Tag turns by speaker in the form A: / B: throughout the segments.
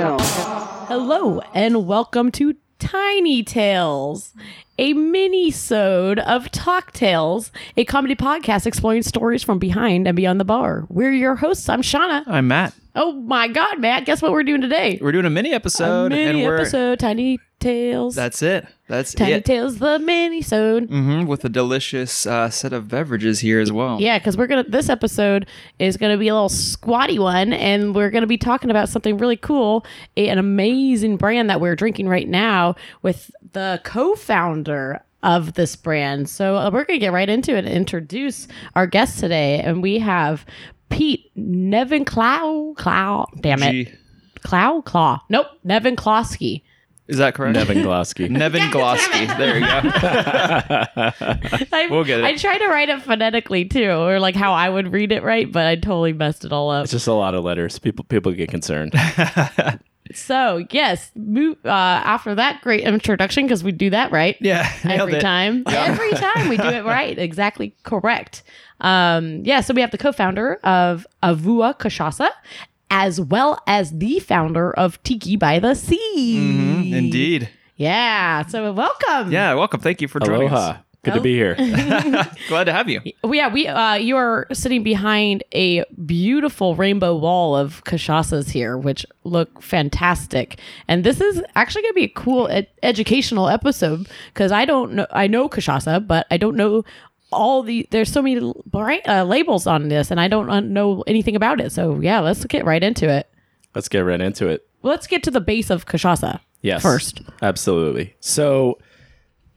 A: Hello and welcome to Tiny Tales, a mini-sode of Talk Tales, a comedy podcast exploring stories from behind and beyond the bar. We're your hosts. I'm Shauna.
B: I'm Matt.
A: Oh my God, Matt! Guess what we're doing today?
B: We're doing a mini episode,
A: A mini
B: and we're
A: episode, Tiny Tales.
B: that's it. That's
A: Tiny
B: it.
A: Tales, the mini-sode.
B: hmm with a delicious uh, set of beverages here as well.
A: Yeah, because we're gonna. This episode is gonna be a little squatty one, and we're gonna be talking about something really cool, an amazing brand that we're drinking right now with the co-founder of this brand. So uh, we're gonna get right into it and introduce our guest today, and we have Pete Nevin Clow Clow. Damn it,
B: Gee,
A: Clow Claw. Nope, Nevin Klosky.
B: is that correct?
C: Nevin Glosky.
B: Nevin Glosky. There you go.
A: I,
B: We'll get it.
A: I tried to write it phonetically too, or like how I would read it right, but I totally messed it all up.
C: It's just a lot of letters. People people get concerned.
A: So yes, move, uh, after that great introduction because we do that right
B: Yeah, nailed
A: every
B: it.
A: time. Every time we do it right, exactly correct. Um, yeah, so we have the co-founder of Avua Kashasa, as well as the founder of Tiki by the Sea.
B: Mhm, Indeed.
A: Yeah. So welcome.
B: Yeah. Welcome. Thank you for joining
C: Aloha. Good to be here.
A: Oh.
B: us. Glad to have you.
A: Well, yeah, we uh, you are sitting behind a beautiful rainbow wall of kashasas here, which look fantastic. And this is actually going to be a cool ed- educational episode because I don't know I know kashasa, but I don't know all the there's so many l- bri- uh, labels on this, and I don't uh, know anything about it. So yeah, let's get right into it.
C: Let's get right into it.
A: Let's get to the base of kashasa.
C: Yes.
A: First.
C: Absolutely. So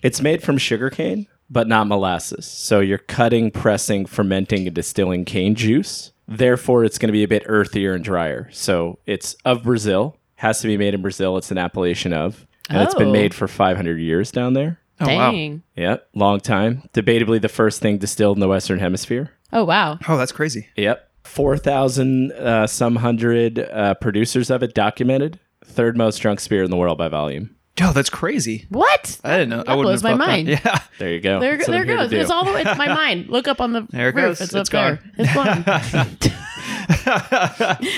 C: it's made from sugarcane, but not molasses. So you're cutting, pressing, fermenting, and distilling cane juice. Therefore, it's going to be a bit earthier and drier. So it's of Brazil, has to be made in Brazil. It's an appellation of, and it's
A: Oh.
C: been made for 500 years down there.
B: Oh, wow.
A: Dang.
C: Yep, long time. Debatably the first thing distilled in the Western Hemisphere.
A: Oh wow.
B: Oh, that's crazy.
C: Yep. 4,000 uh, some hundred uh, producers of it documented. Third most drunk spirit in the world by volume.
B: Yo, that's crazy.
A: What?
B: I didn't know.
A: That
B: I wouldn't
A: blows
B: have
A: my
B: thought
A: mind.
B: That. Yeah.
C: There you go.
A: There,
C: That's what
A: there
C: I'm here to
A: goes.
C: do.
A: It's all the way. It's my mind. Look up on the
B: There it
A: roof.
B: goes.
A: It's,
B: It's
A: up there.
B: gone.
A: It's gone.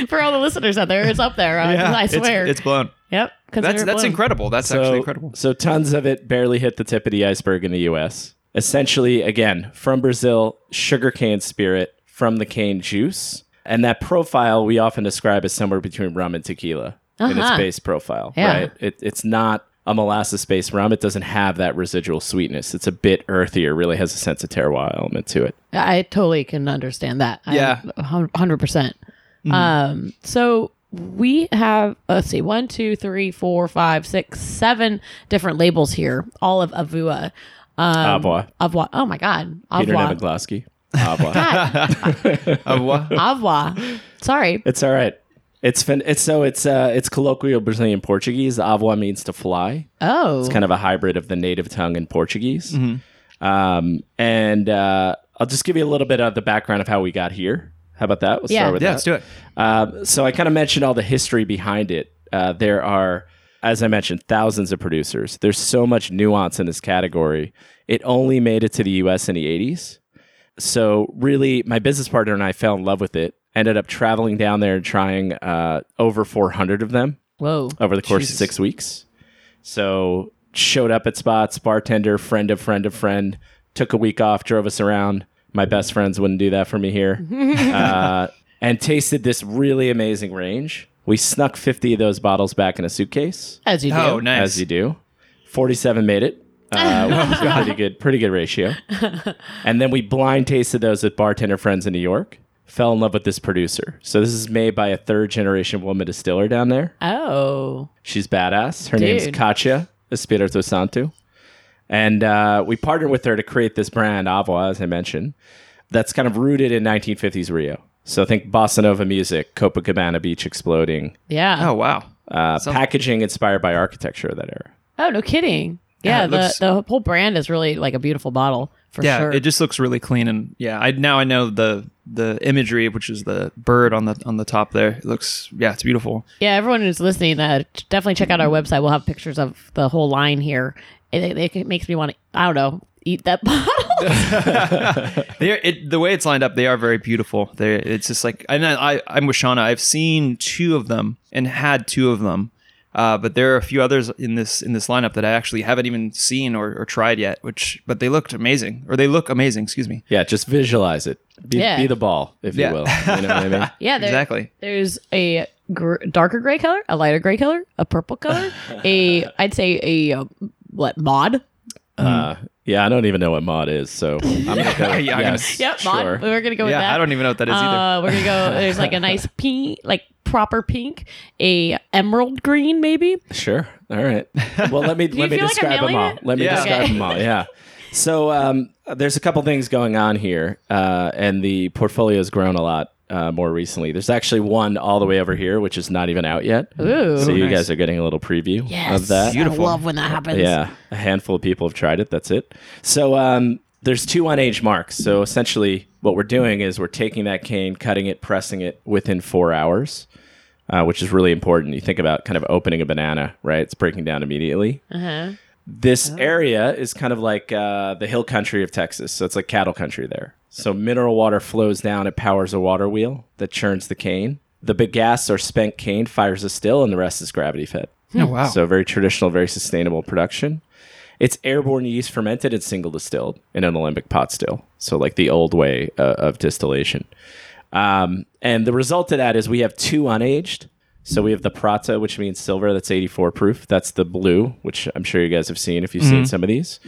A: For all the listeners out there, it's up there. I,
B: Yeah,
A: I
B: it's-
A: swear.
B: It's, blown.
A: yep. Consider
B: That's
A: it
B: that's
A: blown.
B: incredible. That's
C: so,
B: actually incredible.
C: So tons of it barely hit the tip of the iceberg in the U.S. Essentially, again, from Brazil, sugarcane spirit from the cane juice. And that profile we often describe as somewhere between rum and tequila in its
A: Uh-huh.
C: base profile,
A: Yeah.
C: right? It, it's not a molasses-based rum. It doesn't have that residual sweetness. It's a bit earthier, really has a sense of terroir element to it.
A: I totally can understand that. I-
B: Yeah. Mm.
A: a hun- 100%. percent Um, so we have, let's see, one, two, three, four, five, six, seven different labels here, all of Avua. Um,
C: Avua.
A: Avua. Oh my God.
C: Peter
A: Avua.
C: Neviglosky. Avwa.
A: God.
B: Uh, what?
A: Avua. Sorry.
C: it's all right. It's fin- it's so it's uh it's colloquial Brazilian Portuguese. Avwa means to fly.
A: Oh.
C: It's kind of a hybrid of the native tongue and Portuguese. Um, and uh, I'll just give you a little bit of the background of how we got here. How about that? We'll
A: Yeah.
C: start with
B: Yeah,
C: that.
B: let's do it.
C: Um, so I kind of mentioned all the history behind it. Uh, there are, as I mentioned, thousands of producers. There's so much nuance in this category. It only made it to the US in the 80s. So, really, my business partner and I fell in love with it. Ended up traveling down there and trying uh, over 400 of them
A: Whoa.
C: over the course
B: Jesus.
C: of six weeks. So, showed up at spots, bartender, friend of friend of friend, took a week off, drove us around. My best friends wouldn't do that for me here. uh, and tasted this really amazing range. We snuck 50 of those bottles back in a suitcase,
A: As you do.
B: Oh, nice.
C: as you do. 47 made it. Uh, which is a pretty good, pretty good ratio. And then we blind tasted those with bartender friends in New York. Fell in love with this producer. So this is made by a third generation woman distiller down there.
A: Oh.
C: She's badass. Her name's
A: Dude.
C: Katya Espirito Santo. And uh, we partnered with her to create this brand, Avoa, as I mentioned, that's kind of rooted in 1950s Rio. So think bossa nova music, Copacabana beach exploding,
A: Yeah.
B: Oh
A: Oh,
B: wow.
C: uh,
B: Sounds-
C: packaging inspired by architecture of that era.
D: Oh,
A: no kidding.
B: Yeah,
A: Yeah,
B: it
A: the,
B: looks-
A: the whole brand is really like a beautiful bottle for
B: yeah,
A: sure.
B: it just looks really clean and yeah. I now I know the the imagery, which is the bird on the on the top there. It looks yeah, it's beautiful.
A: yeah, everyone who's listening, uh, ch- definitely check out our website. We'll have pictures of the whole line here. It, it, it makes me want to, I don't know,
D: eat that bottle.
B: They're, it, the way it's lined up, they are very beautiful. They it's just like and I, I I'm with Shauna. I've seen two of them and had two of them, uh, but there are a few others in this in this lineup that I actually haven't even seen or, or tried yet. Which but they looked amazing or they look amazing. Excuse me.
C: Yeah, just visualize it. Be,
D: Yeah.
C: be the ball, if
B: Yeah.
C: you will. You know what I mean?
D: yeah, there-
B: Exactly.
D: There's a gr- darker gray color, a lighter gray color, a purple color, a I'd say a uh, what mod?
C: Uh, yeah, I don't even know what mod is, so I'm gonna go.
B: Yeah, yeah.
C: yes,
D: Yep,
C: sure.
D: mod. We were gonna go with
B: yeah,
D: that.
B: I don't even know what that is either.
D: Uh, we're gonna go. There's like a nice pink, like proper pink, a emerald green maybe.
C: Sure. All right. Well, let me
D: you
C: let me
D: feel like I'm
C: describe them
D: nailing
C: all.
D: it?
C: Let me
B: Yeah.
C: describe
D: Okay.
C: them all. Yeah. So um, there's a couple things going on here, uh, and the portfolio has grown a lot uh, more recently. There's actually one all the way over here, which is not even out yet.
D: Ooh.
C: so you
B: nice.
C: guys are getting a little preview
D: Yes,
C: of that.
B: Beautiful.
D: I love when that happens.
C: Yeah, a handful of people have tried it. That's it. So um, there's two on age marks. So essentially, what we're doing is we're taking that cane, cutting it, pressing it within four hours, uh, which is really important. You think about kind of opening a banana, right? It's breaking down immediately.
D: Uh-huh.
C: This area is kind of like uh, the hill country of Texas. So it's like cattle country there. So mineral water flows down, it powers a water wheel that churns the cane. The bagasse or spent cane fires a still, and the rest is gravity fed.
B: Oh wow.
C: So very traditional, very sustainable production. It's airborne yeast fermented and single distilled in an alembic pot still. So like the old way uh, of distillation. Um, and the result of that is we have two unaged. So we have the Prata, which means silver. That's 84 proof. That's the blue, which I'm sure you guys have seen if you've seen some of these.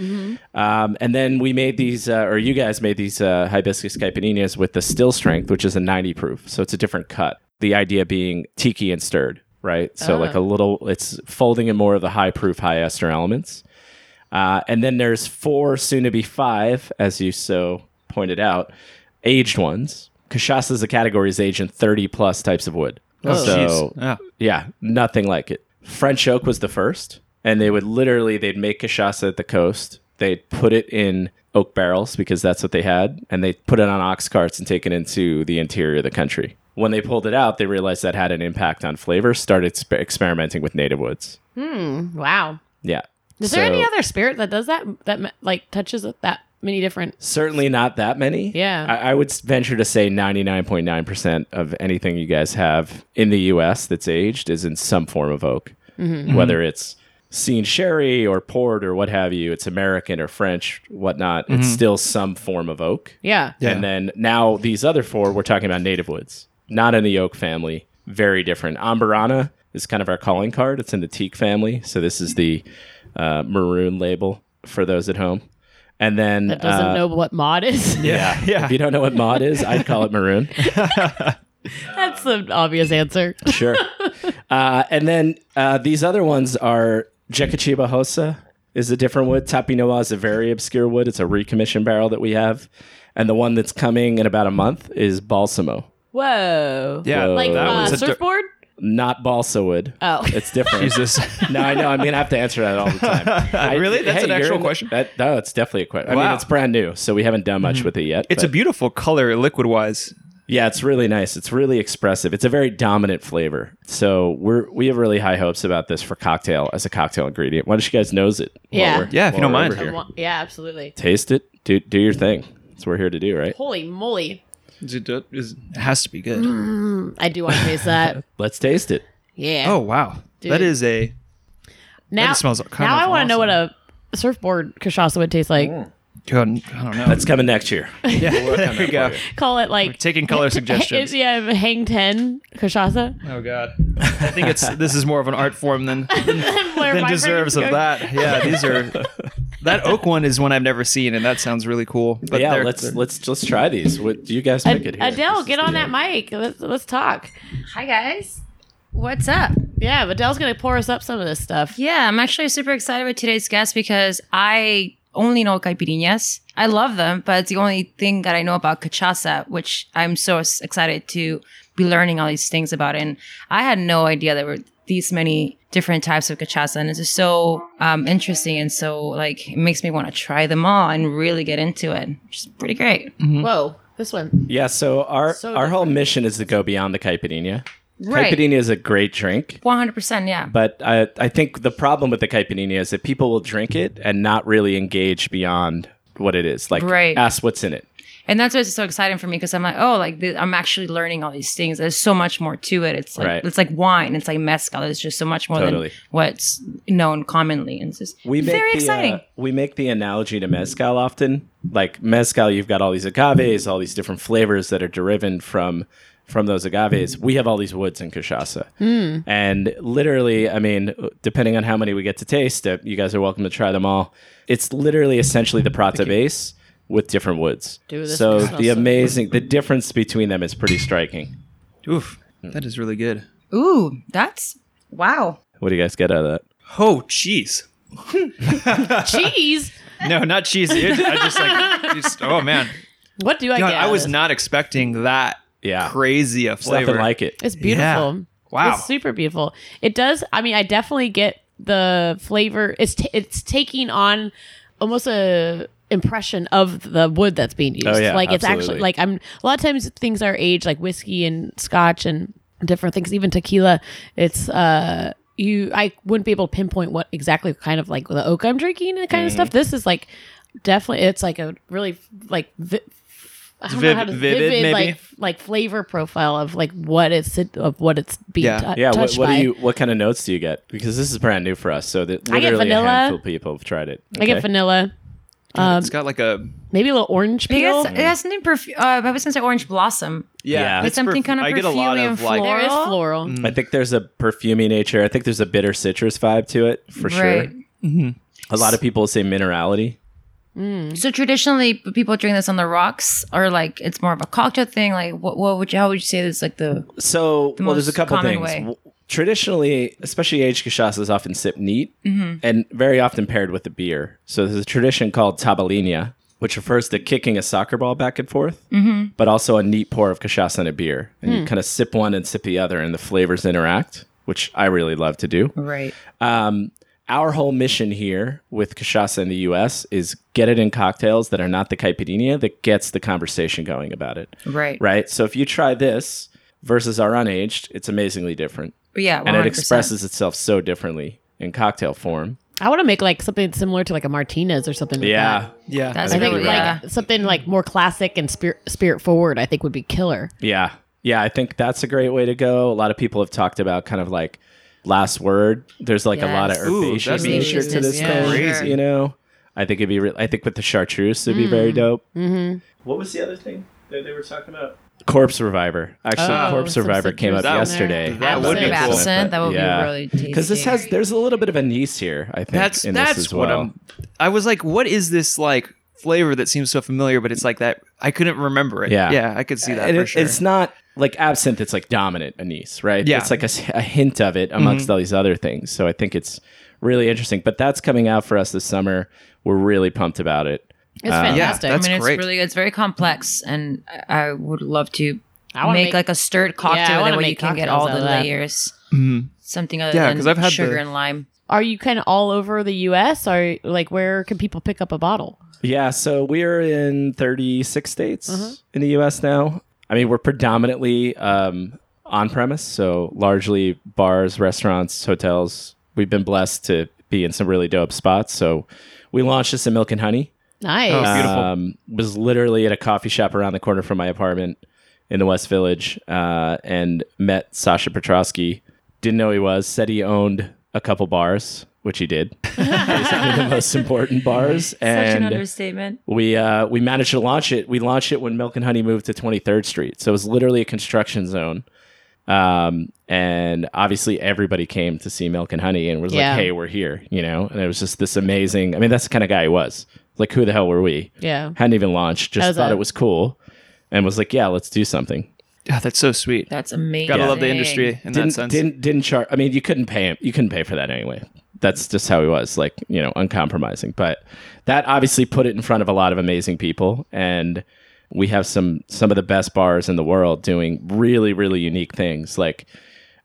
C: Um, and then we made these, uh, or you guys made these uh, hibiscus caipirinhas with the still strength, which is a 90 proof. So it's a different cut. The idea being tiki and stirred, right? So like a little, it's folding in more of the high proof, high ester elements. Uh, and then there's four, soon to be five, as you so pointed out, aged ones. Cachaça is a category is aged in 30 plus types of wood.
B: Oh,
C: so,
B: jeez. Yeah.
C: yeah, nothing like it. French oak was the first, and they would literally they'd make cachaça at the coast. They'd put it in oak barrels because that's what they had, and they put it on ox carts and take it into the interior of the country. When they pulled it out, they realized that had an impact on flavor. Started spe- experimenting with native woods.
D: Wow.
C: Yeah.
D: Is there
C: So-
D: any other spirit that does that? That like touches that many different.
C: Certainly not that many.
D: Yeah.
C: I, I would s- venture to say 99.9% of anything you guys have in the US that's aged is in some form of oak,
D: Mm-hmm.
C: whether it's seen sherry or port or what have you, it's American or French, whatnot. It's still some form of oak.
D: Yeah.
B: Yeah.
C: And then now these other four, we're talking about native woods, not in the oak family. Very different. Ambarana is kind of our calling card. It's in the teak family. So this is the uh, maroon label for those at home. And then
D: That doesn't
C: uh,
D: know what mod is.
B: Yeah. Yeah.
C: if you don't know what mod is, I'd call it maroon.
D: That's the obvious answer.
C: Sure. Uh, and then uh, these other ones are Jecachiba Hosa is a different wood. Tapinoa is a very obscure wood. It's a recommissioned barrel that we have. And the one that's coming in about a month is Balsamo.
D: Whoa.
B: Yeah.
C: Whoa.
D: Like
B: that
D: uh,
B: one's a dir-
D: surfboard.
C: Not balsa wood.
A: Uh.
D: Oh.
C: It's different.
B: Jesus.
C: No, I know. I'm going to have to answer that all the time. I-
B: Really? That's an
C: you're
B: actual
C: in-
B: question?
C: That, no, it's definitely a question. I mean,
B: Wow. Mm-hmm.
C: it's brand new, so we haven't done much with it yet.
B: It's a
C: but-
B: beautiful color, liquid wise.
C: Yeah, it's really nice. It's really expressive. It's a very dominant flavor. So we're we have really high hopes about this for cocktail as a cocktail ingredient. Why don't you guys nose it? while
D: Yeah.
C: we're-
B: Yeah, if you
C: while
B: don't
C: we're
B: mind.
C: over here?
D: Wa- Yeah, absolutely.
C: Taste it. Do do your thing. That's what we're here to do, right?
D: Holy moly.
B: Is it, is, it has to be good.
D: I do want to taste that.
C: Let's taste it.
D: Yeah.
B: Oh wow,
D: Dude.
B: that is a
D: now
B: it smells kind
D: now
B: of
D: I want to know what a surfboard cachaça would taste like.
B: Mm. God, I don't know.
C: That's coming next year.
B: yeah, there we go.
D: Call it like
B: Taking color
D: it's,
B: suggestions.
D: yeah, hang ten cachaça.
B: Oh god, I think it's this is more of an art form than than, than deserves of that. Yeah, these are that oak one is one I've never seen, and that sounds really cool. But
C: yeah,
B: they're-
C: let's
B: they're-
C: let's let's try these. What do you guys pick it here?
D: Adele,
C: This
D: get
C: is
D: on
C: the-
D: that mic. Let's let's talk.
E: Hi guys. What's up?
D: Yeah, Adele's gonna pour us up some of this stuff.
E: Yeah, I'm actually super excited with today's guest because I only know caipirinhas. I love them, but it's the only thing that I know about cachaça, which I'm so s- excited to be learning all these things about. And I had no idea there were these many different types of cachaça, and it's just so um, interesting and so like it makes me want to try them all and really get into it, which is pretty great.
D: Whoa, this one.
C: Yeah, so our
D: So
C: our whole mission is to go beyond the caipirinha.
E: Right.
C: Caipirinha is a great drink.
E: 100%, yeah.
C: But I, I think the problem with the caipirinha is that people will drink it and not really engage beyond what it is. Like,
E: Right.
C: ask what's in it.
E: And that's why it's so exciting for me because I'm like, oh, like th- I'm actually learning all these things. There's so much more to it. It's like
C: Right.
E: it's like wine. It's like mezcal. There's just so much more
C: Totally.
E: than what's known commonly. And it's just
C: We make
E: very
C: the,
E: exciting.
C: uh, we make the analogy to mezcal often. Like mezcal, you've got all these agaves, all these different flavors that are derived from from those agaves. We have all these woods in cachaça, and literally, I mean, depending on how many we get to taste, uh, you guys are welcome to try them all. It's literally essentially the prata base with different woods.
A: Dude, this
C: so
A: smells
C: the
A: so
C: amazing, the difference between them is pretty striking.
B: Oof, that is really good.
E: Ooh, that's wow.
C: What do you guys get out of that?
B: Oh, cheese.
A: Cheese.
B: No, not cheese. It- I just like, just, oh man,
A: What do I
B: God,
A: get?
B: I
A: out of
B: was
A: this?
B: not expecting that.
C: Yeah.
B: crazy a
C: There's
B: flavor.
C: nothing like it.
A: It's beautiful.
B: Yeah. Wow.
A: It's super beautiful. It does. I mean, I definitely get the flavor. It's t- it's taking on almost a impression of the wood that's being
B: Oh,
A: used.
C: yeah,
A: like it's
C: absolutely.
A: actually like I'm a lot of times things are aged like whiskey and scotch and different things, even tequila. It's uh you I wouldn't be able to pinpoint what exactly kind of like the oak I'm drinking and kind
B: Mm-hmm.
A: of stuff. This is like definitely it's like a really like vi- I don't know how
B: Viv-
A: to-
B: vivid, maybe?
A: like like flavor profile of like what it's of what it's being
B: Yeah.
A: tou-
C: Yeah, what,
A: touched
C: what do
A: by.
C: you? What kind of notes do you get? Because this is brand new for us, so that
A: I get
C: literally a
A: vanilla.
C: handful of people have tried it.
A: I get
C: Okay.
A: vanilla,
B: God, it's got like a
A: maybe a little orange
E: It
A: peel.
E: has, it has something perfu- uh, I was gonna say orange blossom.
B: yeah,
C: Yeah.
E: It's something kind of
B: I get a lot
E: perfumy
B: of
E: and
B: like
A: there is
E: floral.
A: floral.
C: I think there's a perfumey nature. I think there's a bitter citrus vibe to it for
E: Right.
C: sure.
A: Mm-hmm.
C: A lot of people say minerality.
E: So traditionally, p- people drink this on the rocks, or like it's more of a cocktail thing. Like, what, what would you? How would you say this? Like the
C: So, well, there's a
E: most
C: couple
E: common
C: things.
E: way.
C: W- Traditionally, especially aged cachaça is often sipped neat
E: Mm-hmm.
C: and very often paired with a beer. So there's a tradition called tabalinha, which refers to kicking a soccer ball back and forth,
E: Mm-hmm.
C: but also a neat pour of cachaça and a beer. And
E: Hmm.
C: you kind of sip one and sip the other, and the flavors interact, which I really love to do.
E: right.
C: Um, our whole mission here with cachaça in the U.S. is get it in cocktails that are not the caipirinha that gets the conversation going about it
E: Right.
C: right? So if you try this versus our unaged, it's amazingly different,
E: But yeah. 100%.
C: and it expresses itself so differently in cocktail form.
A: I want to make like something similar to like a martinez or something. like
C: Yeah,
A: that.
B: yeah.
E: That's
A: I think
E: really
A: like
E: yeah.
A: something like more classic and spirit spirit forward. I think would be killer.
C: yeah, yeah. I think that's a great way to go. A lot of people have talked about kind of like last word. There's like a lot of
E: Yes.
B: Ooh,
C: herbaceous
B: that'd be
C: nature to
E: interesting.
C: this
E: Yeah,
C: thing,
B: sure.
C: you know. I think it'd be. Re- I think with the chartreuse, it'd be
E: Mm.
C: very dope.
A: Mm-hmm.
C: What was the other thing that they were talking about? Corpse Reviver. Actually,
B: Oh,
C: Corpse
A: some
C: Reviver came up
A: citrus
B: in
C: yesterday.
B: there. That would be
E: Absinthe,
B: cool.
E: absinthe, That would
C: Yeah.
E: be really tasty.
C: Because this has there's a little bit of anise here. I think
B: That's
C: in
B: that's
C: this as
B: what
C: well.
B: I'm. I was like, what is this like flavor that seems so familiar, but it's like that. I couldn't remember it.
C: Yeah.
B: yeah, I could see that
C: And
B: for
C: it-
B: sure.
C: It's not like absinthe. It's like dominant anise, right?
B: Yeah. Mm-hmm.
C: it's like a, s- a hint of it amongst all these other things. So I think it's really interesting. But that's coming out for us this summer. We're really pumped about it.
A: It's
B: yeah,
A: fantastic.
B: that's
E: I mean, it's
B: great.
E: really good. It's very complex, and I- I would love to
A: I
E: make,
A: wanna make-
E: like a stirred
A: Yeah, I
E: cocktail
A: wanna
E: that way you
A: make
E: can get
A: cocktails
E: all
A: out
E: the
A: of that.
E: layers.
B: Mhm.
E: Something other
B: Yeah,
E: than
B: 'cause I've had
E: sugar
B: the-
E: and lime.
A: Are you kind of all over the U.S. Or like where can people pick up a bottle?
C: Yeah. So we're in 36 states
B: Mm-hmm.
C: in the U.S. now. I mean, we're predominantly um, on premise, so largely bars, restaurants, hotels. We've been blessed to be in some really dope spots. So we launched this in Milk and Honey.
A: Nice.
B: Oh, beautiful.
C: Um, was literally at a coffee shop around the corner from my apartment in the West Village uh, and met Sasha Petrosky. Didn't know he was. Said he owned a couple bars, which he did. Basically the most important bars.
E: Such an
C: And
E: understatement.
C: we uh, we managed to launch it. We launched it when Milk and Honey moved to 23rd Street, so it was literally a construction zone. Um, and obviously everybody came to see Milk and Honey and was
A: Yeah.
C: like, "Hey, we're here," you know. And it was just this amazing. I mean, that's the kind of guy he was. Like, who the hell were we?
A: Yeah.
C: hadn't even launched, just
A: was
C: thought
A: a-
C: it was cool, and was like, "Yeah, let's do something."
B: Yeah, Oh, that's so sweet.
E: That's amazing.
B: Gotta love the industry in that
C: Didn't
B: sense.
C: didn't didn't charge. I mean, you couldn't pay him. You couldn't pay for that anyway. That's just how he was, like you know, uncompromising. But that obviously put it in front of a lot of amazing people, and we have some some of the best bars in the world doing really really unique things. Like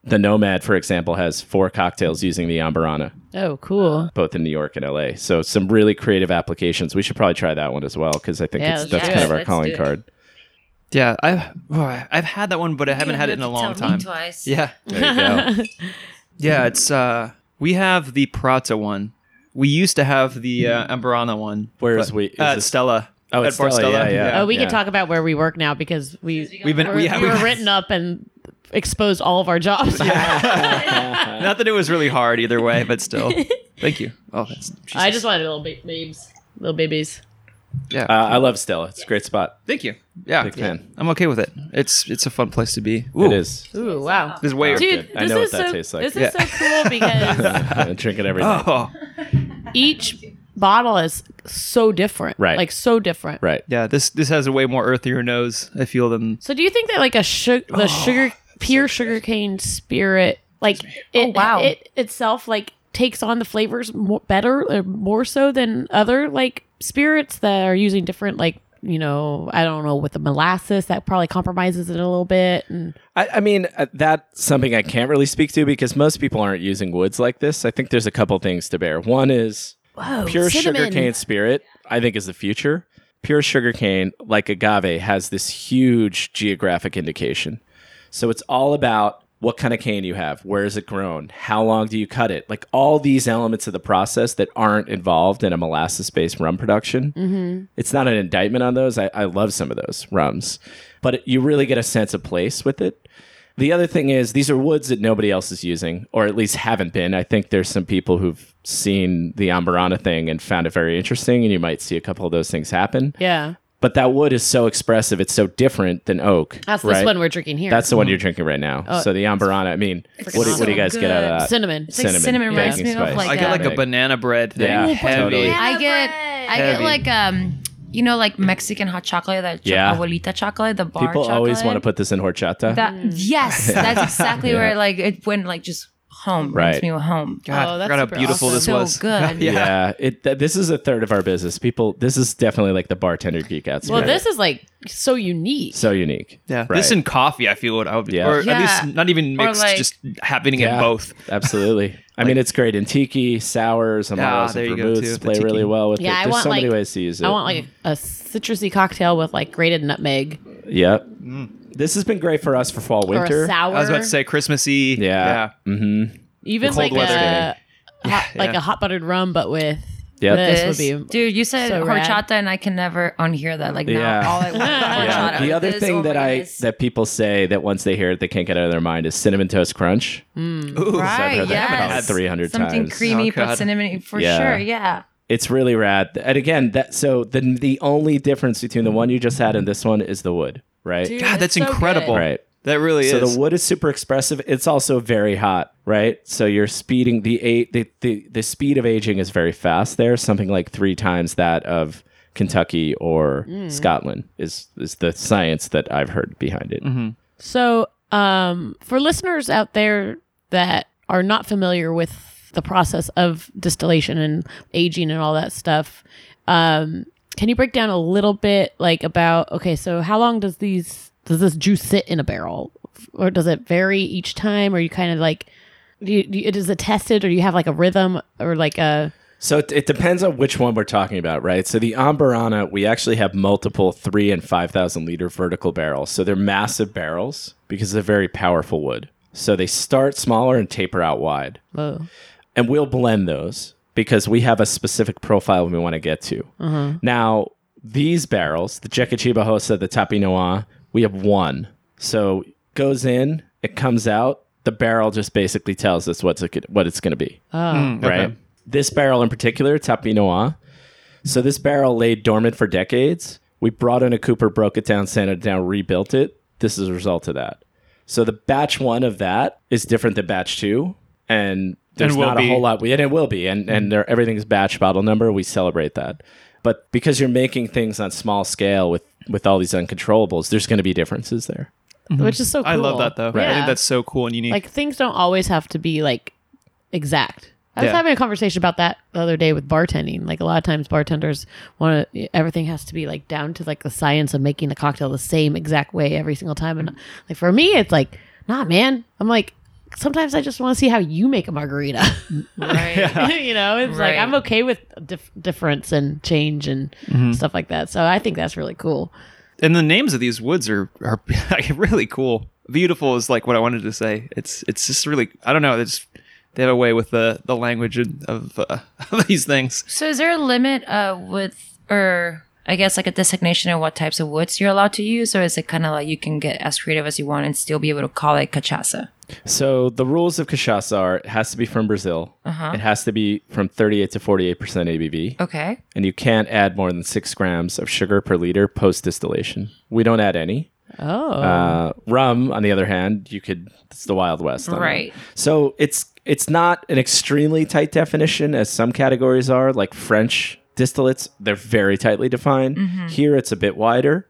C: the Nomad, for example, has four cocktails using the Ambarana,
A: Oh, cool.
C: both in New York and L.A. So some really creative applications. We should probably try that one as well because I think
A: Yeah, let's
C: it's, that's
A: do
C: kind
A: it.
C: of our
E: Let's
C: calling
E: do it.
C: card.
B: yeah, I've oh, I've had that one, but I haven't had it in a long time.
E: Twice.
B: Yeah,
C: There you go.
B: yeah, it's uh, we have the Prata one We used to have the uh, Ambarana one.
C: Where is
B: but-
C: we- is
B: uh,
C: this-
B: Stella.
C: Oh, it's
B: At Bar
C: Stella, yeah, yeah.
D: Oh, we
C: yeah.
D: can talk about where we work now because we
B: We've been
D: were,
B: we, yeah,
D: we
B: we-
D: were written up and exposed all of our jobs.
B: Not that it was really hard either way, but still. Thank you. Oh, that's, Jesus.
D: I just wanted little ba- babes, little babies.
B: yeah.
C: Uh, I love Stella. It's a great spot.
B: Thank you. Yeah,
C: Big fan.
B: I'm okay with it. It's it's a fun place to be. Ooh,
C: It is.
D: Ooh, wow.
B: This is way.
D: Dude,
C: I
D: this
C: know what
D: is
C: that
D: so,
C: tastes like.
D: This is so cool because
C: I've been drinking everything.
B: Oh,
D: each bottle is so different.
C: Right.
D: Like so different.
C: Right.
B: yeah. This this has a way more earthier nose. I feel than
D: So do you think that like a sugar,
C: Oh.
D: the sugar, pure sugarcane spirit, like it,
E: wow.
D: it itself like takes on the flavors more, better or more so than other like spirits that are using different like you know I don't know with the molasses that probably compromises it a little bit and
C: I, I mean, uh, that's something I can't really speak to because most people aren't using woods like this. I think there's a couple things to bear. One is
D: whoa
C: pure
D: cinnamon.
C: sugarcane spirit, I think, is the future. Pure sugarcane, like agave, has this huge geographic indication. So it's all about what kind of cane you have, where is it grown, how long do you cut it, like all these elements of the process that aren't involved in a molasses based rum production. Mm-hmm. It's not an indictment on those. I, I love some of those rums, but it, you really get a sense of place with it. The other thing is these are woods that nobody else is using, or at least haven't been. I think there's some people who've seen the Ambarana thing and found it very interesting, and you might see a couple of those things happen.
D: Yeah,
C: But that wood is so expressive; it's so different than oak.
D: that's
C: right?
D: this one we're drinking here.
C: That's the
B: Mm-hmm.
C: one you're drinking right now.
D: Oh,
C: so the Ambarana. I mean, what do, what do you
E: so
C: guys get out of
E: good.
C: that?
D: cinnamon.
E: like cinnooning
D: Yeah.
E: reminds me of like
B: I get like a
C: Big.
B: banana bread thing.
C: Yeah,
B: heavy.
C: totally.
E: I get I get
B: Heavy.
E: like um you know like Mexican hot chocolate that cho-
C: Yeah.
E: abuelita chocolate the bar
C: People always
E: chocolate.
C: want to put this in horchata.
E: that yes that's exactly
C: Yeah.
E: where like it went like just home
C: Right.
E: brings me home
B: God,
D: Oh,
B: I
D: that's
B: forgot how
D: super
B: beautiful
D: awesome.
B: this
E: So
B: was.
E: good.
B: yeah.
C: yeah, it, th- this is a third of our business. People, this is definitely like the bartender geek out.
D: Well,
C: spirit.
D: this is like so unique.
C: so unique.
B: Yeah.
C: Right.
B: This and coffee, I feel what I would be,
C: Yeah.
B: or
E: Yeah.
B: at least not even
E: Or
B: mixed,
E: like-
B: just happening
C: Yeah.
B: in both.
C: Absolutely. I mean, it's great in tiki, sours,
B: Yeah,
C: amaros,
B: Ah, there
C: and
B: you go, too,
C: vermouths
B: the
C: play
B: tiki.
C: really well with
D: Yeah,
C: it.
D: I
C: There's
D: want,
C: so many
D: like-
C: ways to use it.
D: I want like a citrusy cocktail with like grated nutmeg
C: Yep.
B: Mm.
C: This has been great for us for fall
D: or
C: winter.
D: a sour.
B: I was about to say Christmassy.
C: Yeah. Mm-hmm.
D: Even
B: The cold
D: like
B: weather.
D: a hot, like
B: yeah.
D: a hot buttered rum, but with
C: Yep.
D: this, would be
E: dude you said
D: so rad.
E: horchata and I can never unhear that like
C: Yeah.
E: now all I want is
D: Yeah.
E: horchata
C: The
E: with
C: other
E: this.
C: thing
E: Oh
C: that
E: my
C: I
E: goodness.
C: that people say that once they hear it they can't get out of their mind is cinnamon toast crunch.
D: Mm.
B: Ooh.
C: I've
E: right
C: heard that
E: yes
C: probably 300
E: something
C: times.
E: creamy
B: Oh,
E: but
B: God.
E: cinnamon for
C: Yeah.
E: sure yeah
C: It's really rad. And again, that so the the only difference between the one you just had and this one is the wood, right?
D: Dude,
B: God,
D: it's
B: that's
D: so good.
B: incredible.
C: Right.
B: That really
C: So
B: is.
C: the wood is super expressive. It's also very hot, right? So you're speeding the eight the, the the speed of aging is very fast there, something like three times that of Kentucky or Scotland is is the science that I've heard behind it.
D: So, um, for listeners out there that are not familiar with the process of distillation and aging and all that stuff, um, can you break down a little bit like about okay, so how long does these does this juice sit in a barrel, or does it vary each time, or you kind of like do you, do you, is it tested, or you have like a rhythm, or like a
C: So it, it depends on which one we're talking about, right? So the Ambarana, we actually have multiple three and five thousand liter vertical barrels. So they're massive barrels because they're very powerful wood. So they start smaller and taper out wide.
D: whoa.
C: and we'll blend those because we have a specific profile we want to get to. Now, these barrels, the Jecachiba Hosa, the Tapi Noir, we have one. So goes in, it comes out. The barrel just basically tells us what's it, what it's going to be,
B: Mm, okay.
C: right? This barrel in particular, Tapi Noir. So this barrel laid dormant for decades. We brought in a Cooper, broke it down, sanded it down, rebuilt it. This is a result of that. So the batch one of that is different than batch two, and there's
B: And will
C: not a
B: be. Mm-hmm.
C: whole lot. We and it will be, and and there, everything's batch bottle number. We celebrate that, but because you're making things on small scale with with all these uncontrollables, there's going to be differences there.
D: which is so cool.
B: I love that though. I
D: Yeah.
B: think that's so cool and unique.
D: like things don't always have to be like exact. I was
B: Yeah.
D: having a conversation about that the other day with bartending. Like a lot of times bartenders want to everything has to be like down to like the science of making the cocktail the same exact way every single time and like for me it's like nah man. I'm like sometimes I just want to see how you make a margarita.
E: right
D: you know, it's like
E: Right.
D: I'm okay with dif- difference and change and stuff like that. So I think that's really cool.
B: and the names of these woods are are really cool. Beautiful is like what I wanted to say. It's it's just really I don't know. It's they have a way with the the language of- of, uh, of these things.
E: So is there a limit uh, with, or I guess like a designation of what types of woods you're allowed to use, or is it kind of like you can get as creative as you want and still be able to call it cachaça?
C: So the rules of cachaça are it has to be from Brazil.
B: Uh-huh.
C: It has to be from 38 to 48% ABV.
E: Okay.
C: And you can't add more than six grams of sugar per liter post distillation. We don't add any.
D: Oh,
C: Uh, rum, on the other hand, you could. It's the Wild West, on that.
E: Right.
C: So it's it's not an extremely tight definition as some categories are, like French distillates. They're very tightly defined. Here, it's a bit wider.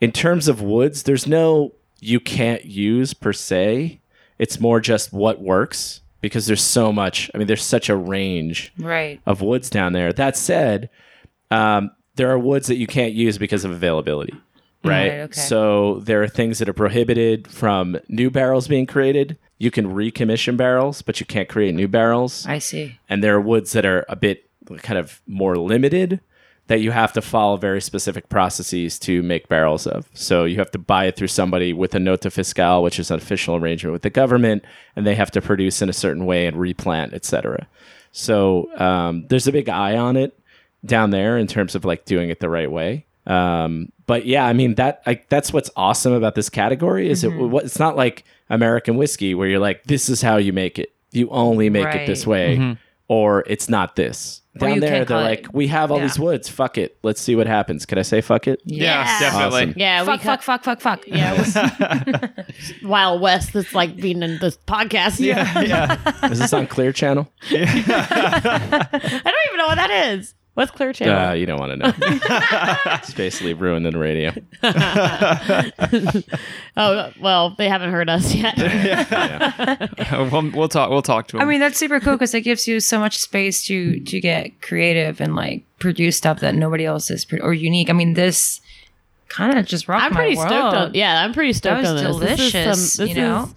C: In terms of woods, there's no you can't use per se. It's more just what works because there's so much. I mean, there's such a range
E: Right.
C: of woods down there. That said, um, there are woods that you can't use because of availability, right?
E: Right, okay.
C: So there are things that are prohibited from new barrels being created. You can recommission barrels, but you can't create new barrels.
E: I see.
C: and there are woods that are a bit kind of more limited that you have to follow very specific processes to make barrels of. So you have to buy it through somebody with a nota fiscale, which is an official arrangement with the government, and they have to produce in a certain way and replant, etc. So um, there's a big eye on it down there in terms of like doing it the right way. Um, but yeah, I mean that like that's what's awesome about this category is it what it's not like American whiskey where you're like this is how you make it. You only make it this
E: Right.
C: way or it's not this.
E: Or
C: Down
E: you
C: there
E: can't
C: they're
E: call
C: like
E: it-
C: we have all
E: yeah.
C: these woods, fuck it. Let's see what happens. Can I say fuck it?
B: Yeah, definitely.
C: Awesome.
D: yeah,
E: Fuck,
D: we
E: fuck,
D: cut
E: fuck, fuck, fuck.
D: Yeah, it was Wild West. That's like being in this podcast. Yeah,
C: Is this on Clear Channel?
D: I don't even know what that is. What's Clear
C: Uh,
D: Channel?
C: you don't want to know. it's basically ruining the radio.
D: oh well, they haven't heard us yet.
B: we'll, we'll talk. We'll talk to them.
E: I mean, that's super cool because it gives you so much space to to get creative and like produce stuff that nobody else is pro- or unique. I mean, this kind of just rocked
D: I'm pretty
E: my world.
D: stoked on. Yeah, I'm pretty stoked
E: was
D: on this. this is
E: delicious,
D: some, this
E: you know?
D: is,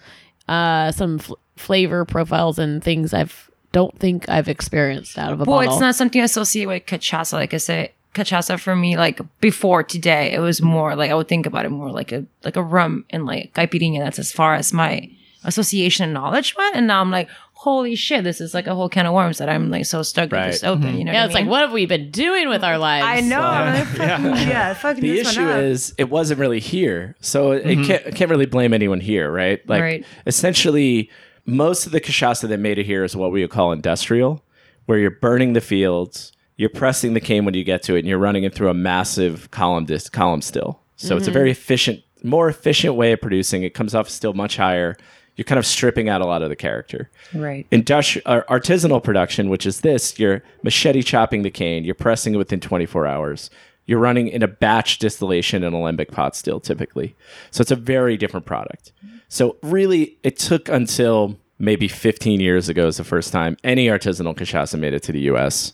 D: uh, some fl- flavor profiles and things I've don't think I've experienced out of a
E: Well,
D: bottle.
E: it's not something I associate with cachaça. Like I said, cachaça for me, like before today, it was more like I would think about it more like a like a rum and like caipirinha. That's as far as my association and knowledge went. And now I'm like, holy shit, this is like a whole can of worms that I'm like so stoked
C: Right.
E: to just open. You know?
D: yeah,
E: what
D: it's
E: I mean?
D: like what have we been doing with our lives?
E: I know. I'm like, fucking, yeah. fucking
C: the
E: this
C: issue
E: one up.
C: is it wasn't really here so it, it can't, it can't really blame anyone here right like
E: Right.
C: essentially most of the cachaça that made it here is what we would call industrial where you're burning the fields you're pressing the cane when you get to it and you're running it through a massive column dis- column still so it's a
E: Mm-hmm.
C: very efficient more efficient way of producing it comes off still much higher you're kind of stripping out a lot of the character
E: right.
C: industrial or uh, artisanal production, which is this, you're machete chopping the cane, you're pressing it within 24 hours. You're running in a batch distillation in alembic pot still typically. So it's a very different product. So really it took until maybe 15 years ago is the first time any artisanal cachaça made it to the US.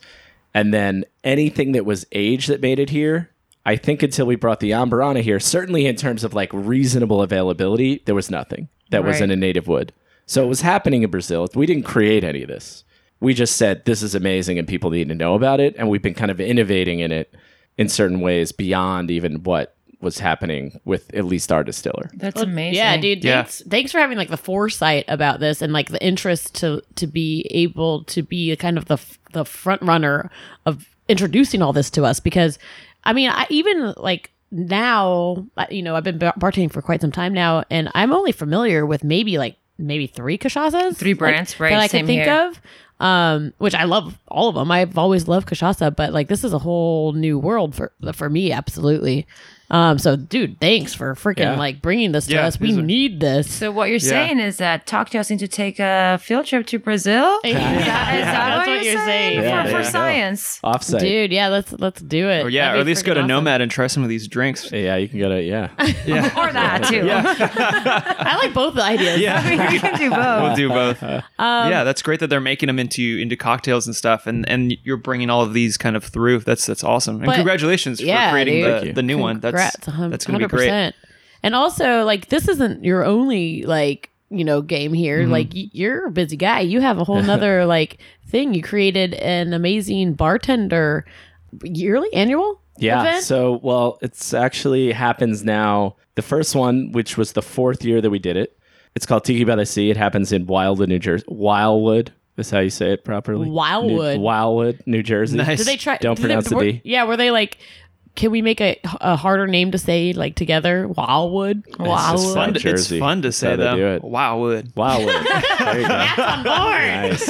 C: And then anything that was age that made it here, I think until we brought the Ambarana here, certainly in terms of like reasonable availability, there was nothing that was
E: Right.
C: in a native wood. So it was happening in Brazil. We didn't create any of this. We just said this is amazing and people need to know about it. And we've been kind of innovating in it in certain ways beyond even what was happening with at least our distiller.
E: That's amazing.
D: Yeah, dude.
B: Yeah.
D: Thanks, thanks for having like the foresight about this and like the interest to to be able to be kind of the f- the front runner of introducing all this to us because, I mean, I even like now I- you know I've been bar- bartending for quite some time now and I'm only familiar with maybe like maybe three cachaças,
E: Three brands,
D: like,
E: right,
D: That I can
E: same
D: think
E: here.
D: of. Um, which I love all of them. I've always loved cachaça, but like this is a whole new world for for me, absolutely. Um, so dude, thanks for freaking
C: Yeah.
D: like bringing this to
B: Yeah,
D: us. We
B: these are-
D: need this.
E: So what you're saying is that talk to us into take a field trip to Brazil. Is that, is that
D: That's
E: what, you're
C: Yeah,
E: saying, for,
C: there
E: for
C: you go.
E: science?
C: Offsite.
D: Dude, yeah, let's let's do it.
B: or Oh, yeah,
D: That'd
B: or at
D: be
B: least go to
D: freaking awesome.
B: Nomad and try some of these drinks.
C: Yeah, you can go to yeah.
E: Or that too.
D: I like both the ideas.
B: Yeah.
E: we can do both.
B: We'll do both.
D: Um,
B: yeah, that's great that they're making them into into cocktails and stuff, and and you're bringing all of these kind of through. That's that's awesome. And
D: But-
B: congratulations
D: yeah,
B: for creating
D: dude.
B: the, the new one. That's
D: Congrats, a hun-
B: that's going to be great.
D: 100%. And also, like, this isn't your only like you know game here.
B: Mm-hmm.
D: Like, y- you're a busy guy. You have a whole nother like thing. You created an amazing bartender yearly annual.
C: Yeah.
D: event?
C: So, well, it's actually happens now. The first one, which was the fourth year that we did it, it's called Tiki by the Sea. It happens in Wildwood, New Jersey. Wildwood, Is how you say it properly.
D: Wildwood.
C: New, Wildwood, New Jersey.
B: Nice.
D: Did they try?
C: Don't
D: did
C: pronounce
D: they,
C: the
D: were-
C: D.
D: Yeah, were they like? Can we make a, a harder name to say like together? Wildwood.
C: just
B: Fun
D: Wildwood.
B: to- it's
C: Jersey.
B: fun to
C: That's
B: say
C: how they do
B: though.
C: it.
B: Wow, would
C: Wildwood. There you go.
D: on board.
C: Nice.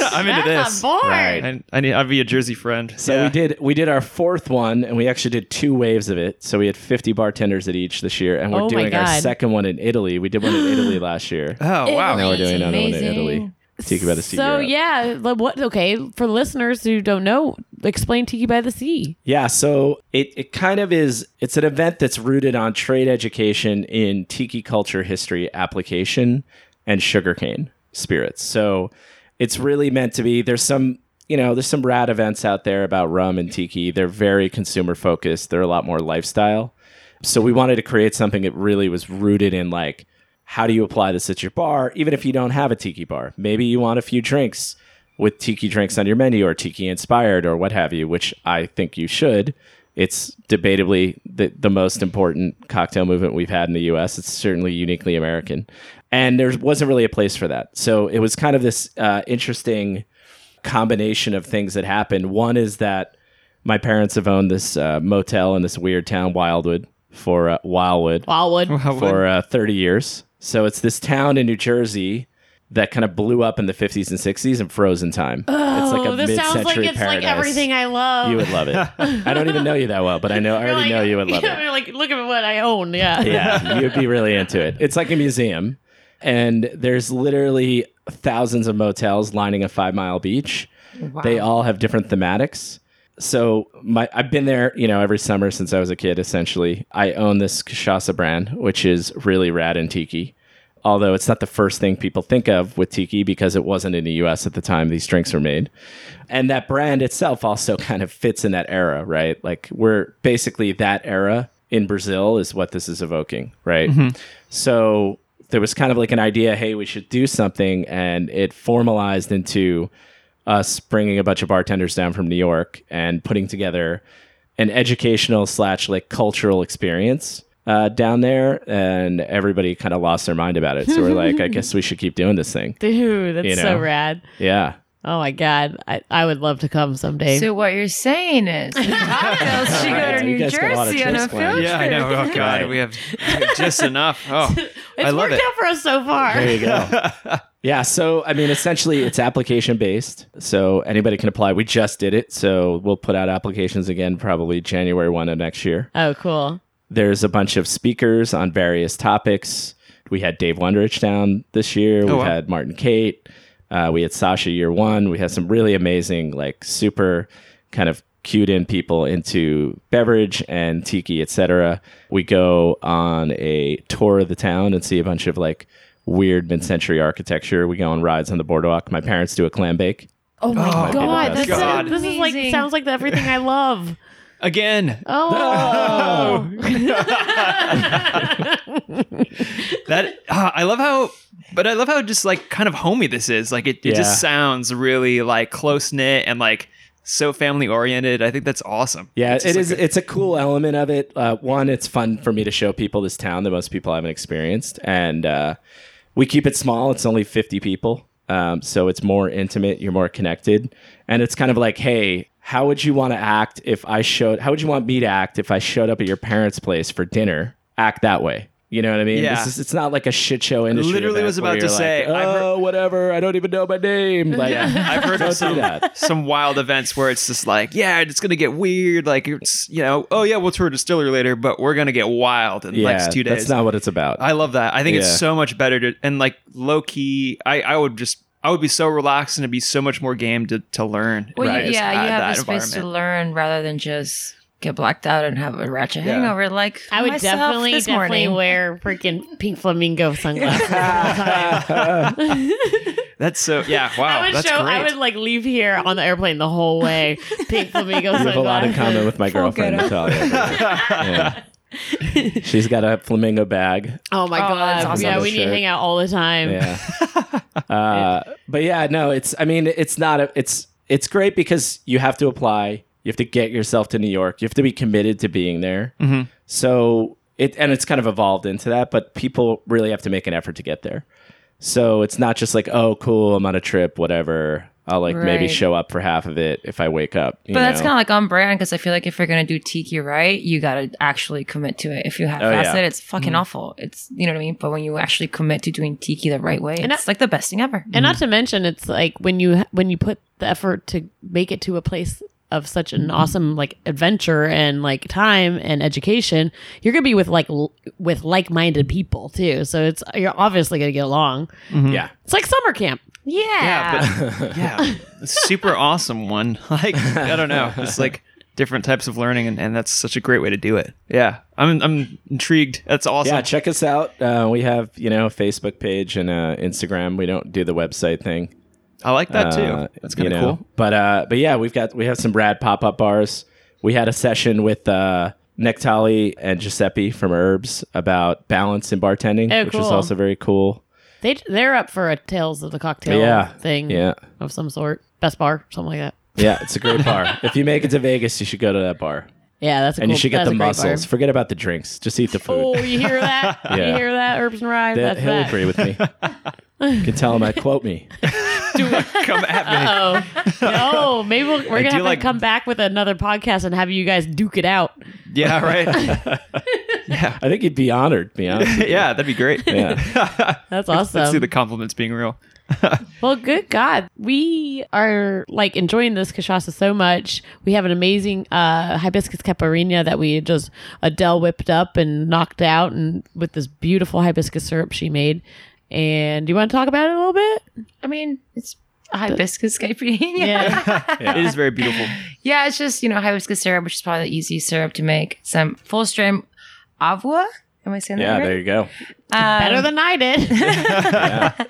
B: I'm into
D: That's
B: this.
D: on board.
C: Right.
B: I, I need. I'd be a Jersey friend.
C: So we did we did our fourth one, and we actually did two waves of it. So we had 50 bartenders at each this year, and we're
D: Oh my
C: doing our
D: God.
C: second one in Italy. We did one in Italy last year.
B: Oh wow.
C: Now we're doing
E: It's
C: another one in
E: amazing.
C: Italy. Tiki by the Sea.
D: So
C: Europe.
D: yeah, like, what? Okay, for listeners who don't know, explain Tiki by the Sea.
C: Yeah, so it, it kind of is it's an event that's rooted on trade education in tiki culture history application and sugarcane spirits. So it's really meant to be there's some you know, there's some rad events out there about rum and tiki. They're very consumer focused. They're a lot more lifestyle. So we wanted to create something that really was rooted in like how do you apply this at your bar, even if you don't have a tiki bar? Maybe you want a few drinks with tiki drinks on your menu or tiki inspired or what have you, which I think you should. It's debatably the, the most important cocktail movement we've had in the US. It's certainly uniquely American. And there wasn't really a place for that. So it was kind of this uh, interesting combination of things that happened. One is that my parents have owned this uh, motel in this weird town, Wildwood, for uh, Wildwood
D: Wildwood.
C: for uh, 30 years. So it's this town in New Jersey that kind of blew up in the 50s and 60s and froze in time. it's like a
D: oh, this sounds like
C: mid-century
D: it's
C: paradise.
D: like everything I love.
C: You would love it. I don't even know you that well, but I know I
D: You're
C: already
D: like-
C: know you would love it.
D: You're like, look at what I own. Yeah.
C: Yeah, you'd be really into it. It's like a museum, and there's literally thousands of motels lining a five mile beach. They all have different thematics. So my I've been there, you know, every summer since I was a kid. Essentially, I own this cachaça brand, which is really rad and tiki. Although it's not the first thing people think of with tiki because it wasn't in the U.S. at the time these drinks were made, and that brand itself also kind of fits in that era, right? Like we're basically that era in Brazil is what this is evoking, right? So there was kind of like an idea, hey, we should do something, and it formalized into us bringing a bunch of bartenders down from New York and putting together an educational slash like cultural experience uh, down there, and everybody kind of lost their mind about it. So we're like, I guess we should keep doing this thing.
D: Dude, that's
C: You
D: so
C: know.
D: rad.
C: Yeah.
D: Oh my god, I, I would love to come someday.
E: So what you're saying is, Carlos should go
C: Right,
E: to
C: you
E: New
C: guys got a lot of
E: Jersey on a
C: trips planned.
E: field
B: Yeah, I
E: trip.
B: know. Oh god,
C: Right.
B: we have we have just enough. Oh,
D: it's
B: I love
D: worked
B: it.
D: out for us so far.
C: There you go. yeah. So, I mean, essentially, it's application based. So anybody can apply. We just did it. So we'll put out applications again, probably January 1 of next year.
D: Oh, cool.
C: There's a bunch of speakers on various topics. We had Dave Wondrich down this year. We've
B: wow.
C: had Martin Kate. Uh, we had Sasha year one. We had some really amazing, like, super kind of cued in people into beverage and tiki, etc. We go on a tour of the town and see a bunch of like weird mid-century architecture. We go on rides on the boardwalk. My parents do a clam bake.
D: Oh my
B: Oh,
D: god,
C: my
D: that's
B: God.
D: It. this is like
E: Amazing.
D: sounds like the everything I love.
B: again.
D: Oh,
B: That ah, I love how, but I love how just like kind of homey this is. Like it, it
C: Yeah.
B: just sounds really like close knit and like so family oriented. I think that's awesome.
C: Yeah,
B: it's
C: it
B: just
C: is.
B: like
C: it's a cool element of it. Uh, one, it's fun for me to show people this town that most people haven't experienced, and uh, we keep it small. It's only fifty people, um, so it's more intimate. You're more connected, and it's kind of like, hey, how would you want to act if I showed? How would you want me to act if I showed up at your parents' place for dinner? Act that way. You know what I mean?
B: Yeah.
C: This is, it's not like a shit show industry.
B: literally
C: event
B: was
C: where
B: about to
C: you're like,
B: say, I've heard-
C: oh, whatever. I don't even know my name. Like,
B: Yeah, I've heard
C: Don't do
B: of some,
C: that.
B: some wild events where it's just like, yeah, it's gonna get weird. Like it's you know, oh yeah, we'll tour a distillery later, but we're gonna get wild in the
C: yeah,
B: next two days.
C: that's not what it's about.
B: I love that. I think
C: Yeah.
B: it's so much better to and like low key. I I would just I would be so relaxed and it'd be so much more game to to learn.
E: Well, you-
B: Right. Just
E: yeah,
B: add
E: you have
B: that
E: the space to
B: environment.
E: learn rather than just get blacked out and have a ratchet
B: Yeah.
E: hangover. Like
D: I would
E: myself
D: definitely
E: this
D: definitely
E: morning.
D: wear freaking pink flamingo sunglasses.
B: That's so yeah. Wow,
C: Oh,
D: I would
B: that's
D: show.
B: great.
D: I would like leave here on the airplane the whole way. Pink flamingo sunglasses.
C: You have a lot in common with my girlfriend,
E: getup.
C: Natalia. Yeah. She's got a flamingo bag.
D: Oh my
E: Oh,
D: god!
E: that's awesome.
D: Yeah,
C: Another
D: we need to
C: shirt.
D: hang out all the time.
C: Yeah. Uh, but yeah, no, it's. I mean, it's not. A, it's it's great because you have to apply. You have to get yourself to New York. You have to be committed to being there. So it and it's kind of evolved into that. But people really have to make an effort to get there. So it's not just like, oh, cool, I'm on a trip, whatever. I'll like maybe
E: Right.
C: show up for half of it if I wake up.
E: But that's kind of like on brand because I feel like if you're gonna do tiki right, you gotta actually commit to it. If you have
C: Oh,
E: oh,
C: yeah.
E: it's fucking awful. It's you know what I mean. But when you actually commit to doing tiki the right way,
D: And
E: it's like the best thing ever.
D: And not to mention, it's like when you when you put the effort to make it to a place of such
C: Mm-hmm.
D: an awesome like adventure and like time and education, you're gonna be with like l- with like minded people too. So it's you're obviously gonna get along.
C: of yeah.
D: It's like summer camp.
E: yeah.
B: but yeah, a super awesome one. Like I don't know, it's like different types of learning, and, and that's such a great way to do it. Yeah, I'm I'm intrigued. That's awesome.
C: Yeah, check us out. Uh, we have you know a Facebook page and uh, Instagram. We don't do the website thing.
B: I like that too.
C: Uh,
B: that's kind of
C: you know,
B: cool.
C: But uh, but yeah, we've got we have some rad pop up bars. We had a session with uh, Nectali and Giuseppe from Herbs about balance in bartending,
D: Oh,
C: which is
D: cool.
C: also very cool.
D: They they're up for a tales of the cocktail
C: Yeah.
D: thing
C: Yeah.
D: of some sort. Best bar, something like that.
C: Yeah, it's a great bar. If you make it to Vegas, you should go to that bar,
D: Yeah, that's a
C: and
D: cool,
C: you should get
D: that's
C: the
D: a great bar.
C: mussels. Forget about the drinks; just eat the food.
D: Oh, you hear that?
C: Yeah.
D: You hear that? Herbs and Rye.
C: That-
D: That's
C: he'll
D: that.
C: agree with me. you can tell him I quote me.
B: Come at me.
D: Oh no! Maybe we'll, we're gonna
B: I do
D: have
B: like-
D: to come back with another podcast and have you guys duke it out.
B: Yeah, right.
C: I think he'd be honored. to Be honest.
B: yeah, that'd be great.
C: Yeah.
D: That's
B: Let's see
D: awesome.
B: the compliments being real.
D: well, good God, we are like enjoying this cachaça so much. We have an amazing uh, hibiscus caipirinha that we just uh, Adele whipped up and knocked out, and with this beautiful hibiscus syrup she made. And do you want to talk about it a little bit?
E: I mean, it's a hibiscus caipirinha.
B: It is very beautiful.
E: Yeah, it's just, you know, hibiscus syrup, which is probably the easiest syrup to make. Some full strain agua. Am I saying
C: yeah,
E: that
C: there
E: right? Um,
C: you go.
D: Better than I did.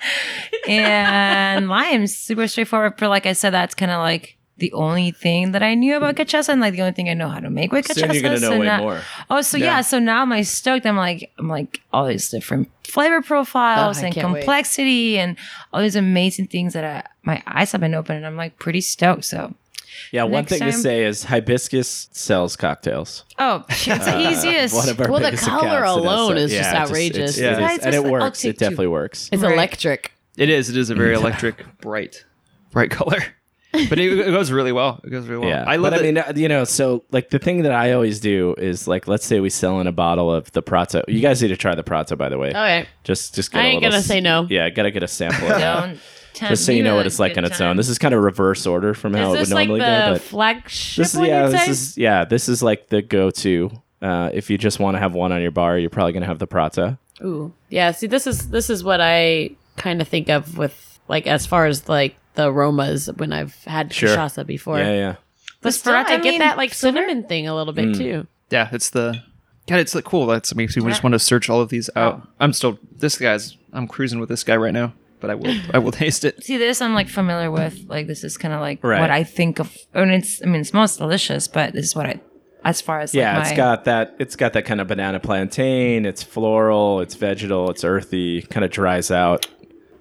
E: and limes, super straightforward. But like I said, that's kind of like the only thing that I knew about cachaça and like the only thing I know how to make with cachaça.
C: Hmm. Soon you're gonna know
E: So
C: way
E: now-
C: more.
E: Oh, so yeah. so now I'm like stoked. I'm like, I'm like all these different flavor profiles
D: Oh, I
E: and
D: can't wait.
E: complexity and all these amazing things that I, my eyes have been open and I'm like pretty stoked. So
C: Yeah, one
E: Next
C: thing to
E: time-
C: say is hibiscus sells cocktails. Uh,
E: Oh, it's the easiest.
C: One of our
D: Well, the
C: biggest
D: color
C: accounts that has
D: alone
C: that.
D: is just
C: it's
D: outrageous.
C: it's- it
B: Yeah.
C: is,
E: It's
C: and it
E: just like, I'll
C: works.
E: take
C: It
E: two.
C: definitely works.
D: it's
E: Right.
D: electric.
B: It is. It is a very electric, bright, bright color. But it, it goes really well. It goes really well.
C: Yeah,
B: I love
C: but
B: it.
C: I mean, uh, you know, so like the thing that I always do is like, let's say we sell in a bottle of the Prato. You guys need to try the Prato, by the way.
D: Okay.
C: Just, just. Get
D: Oh, I
C: a
D: ain't
C: little
D: gonna
C: s-
D: say no.
C: Yeah, gotta get a sample. of that.
E: Don't tempt
C: Just so you
E: me
C: know
E: with
C: what it's like on
E: good
C: its
E: time.
C: own. This is kind of reverse order from how
D: Is
C: it would
D: this like the
C: normally go. Oh, But
D: flagship?
C: this is
D: one,
C: yeah,
D: you'd
C: this
D: say?
C: is yeah, this is like the go-to. Uh, if you just want to have one on your bar, you're probably gonna have the Prato.
D: Ooh. Yeah, see this is this is what I kind of think of with like as far as like the aromas when I've had
C: Sure.
D: cachaça before.
C: Yeah, yeah.
D: But
E: But
D: still,
E: still,
D: I
E: I
D: get
E: mean,
D: that like cinnamon thing a little bit
C: Mm.
D: too.
B: yeah, it's the. God, it's like cool. That's makes me just want to search all of these out. I'm still this guy's. I'm cruising with this guy right now, but I will. I will taste it.
E: See, this I'm like familiar with. Like, this is kind of like
C: Right.
E: what I think of. And it's, I mean, it smells delicious, but this is what I, as far as
C: Yeah,
E: like
C: it's
E: my-
C: got that. It's got that kind of banana plantain. It's floral. It's vegetal. It's earthy. Kind of dries out.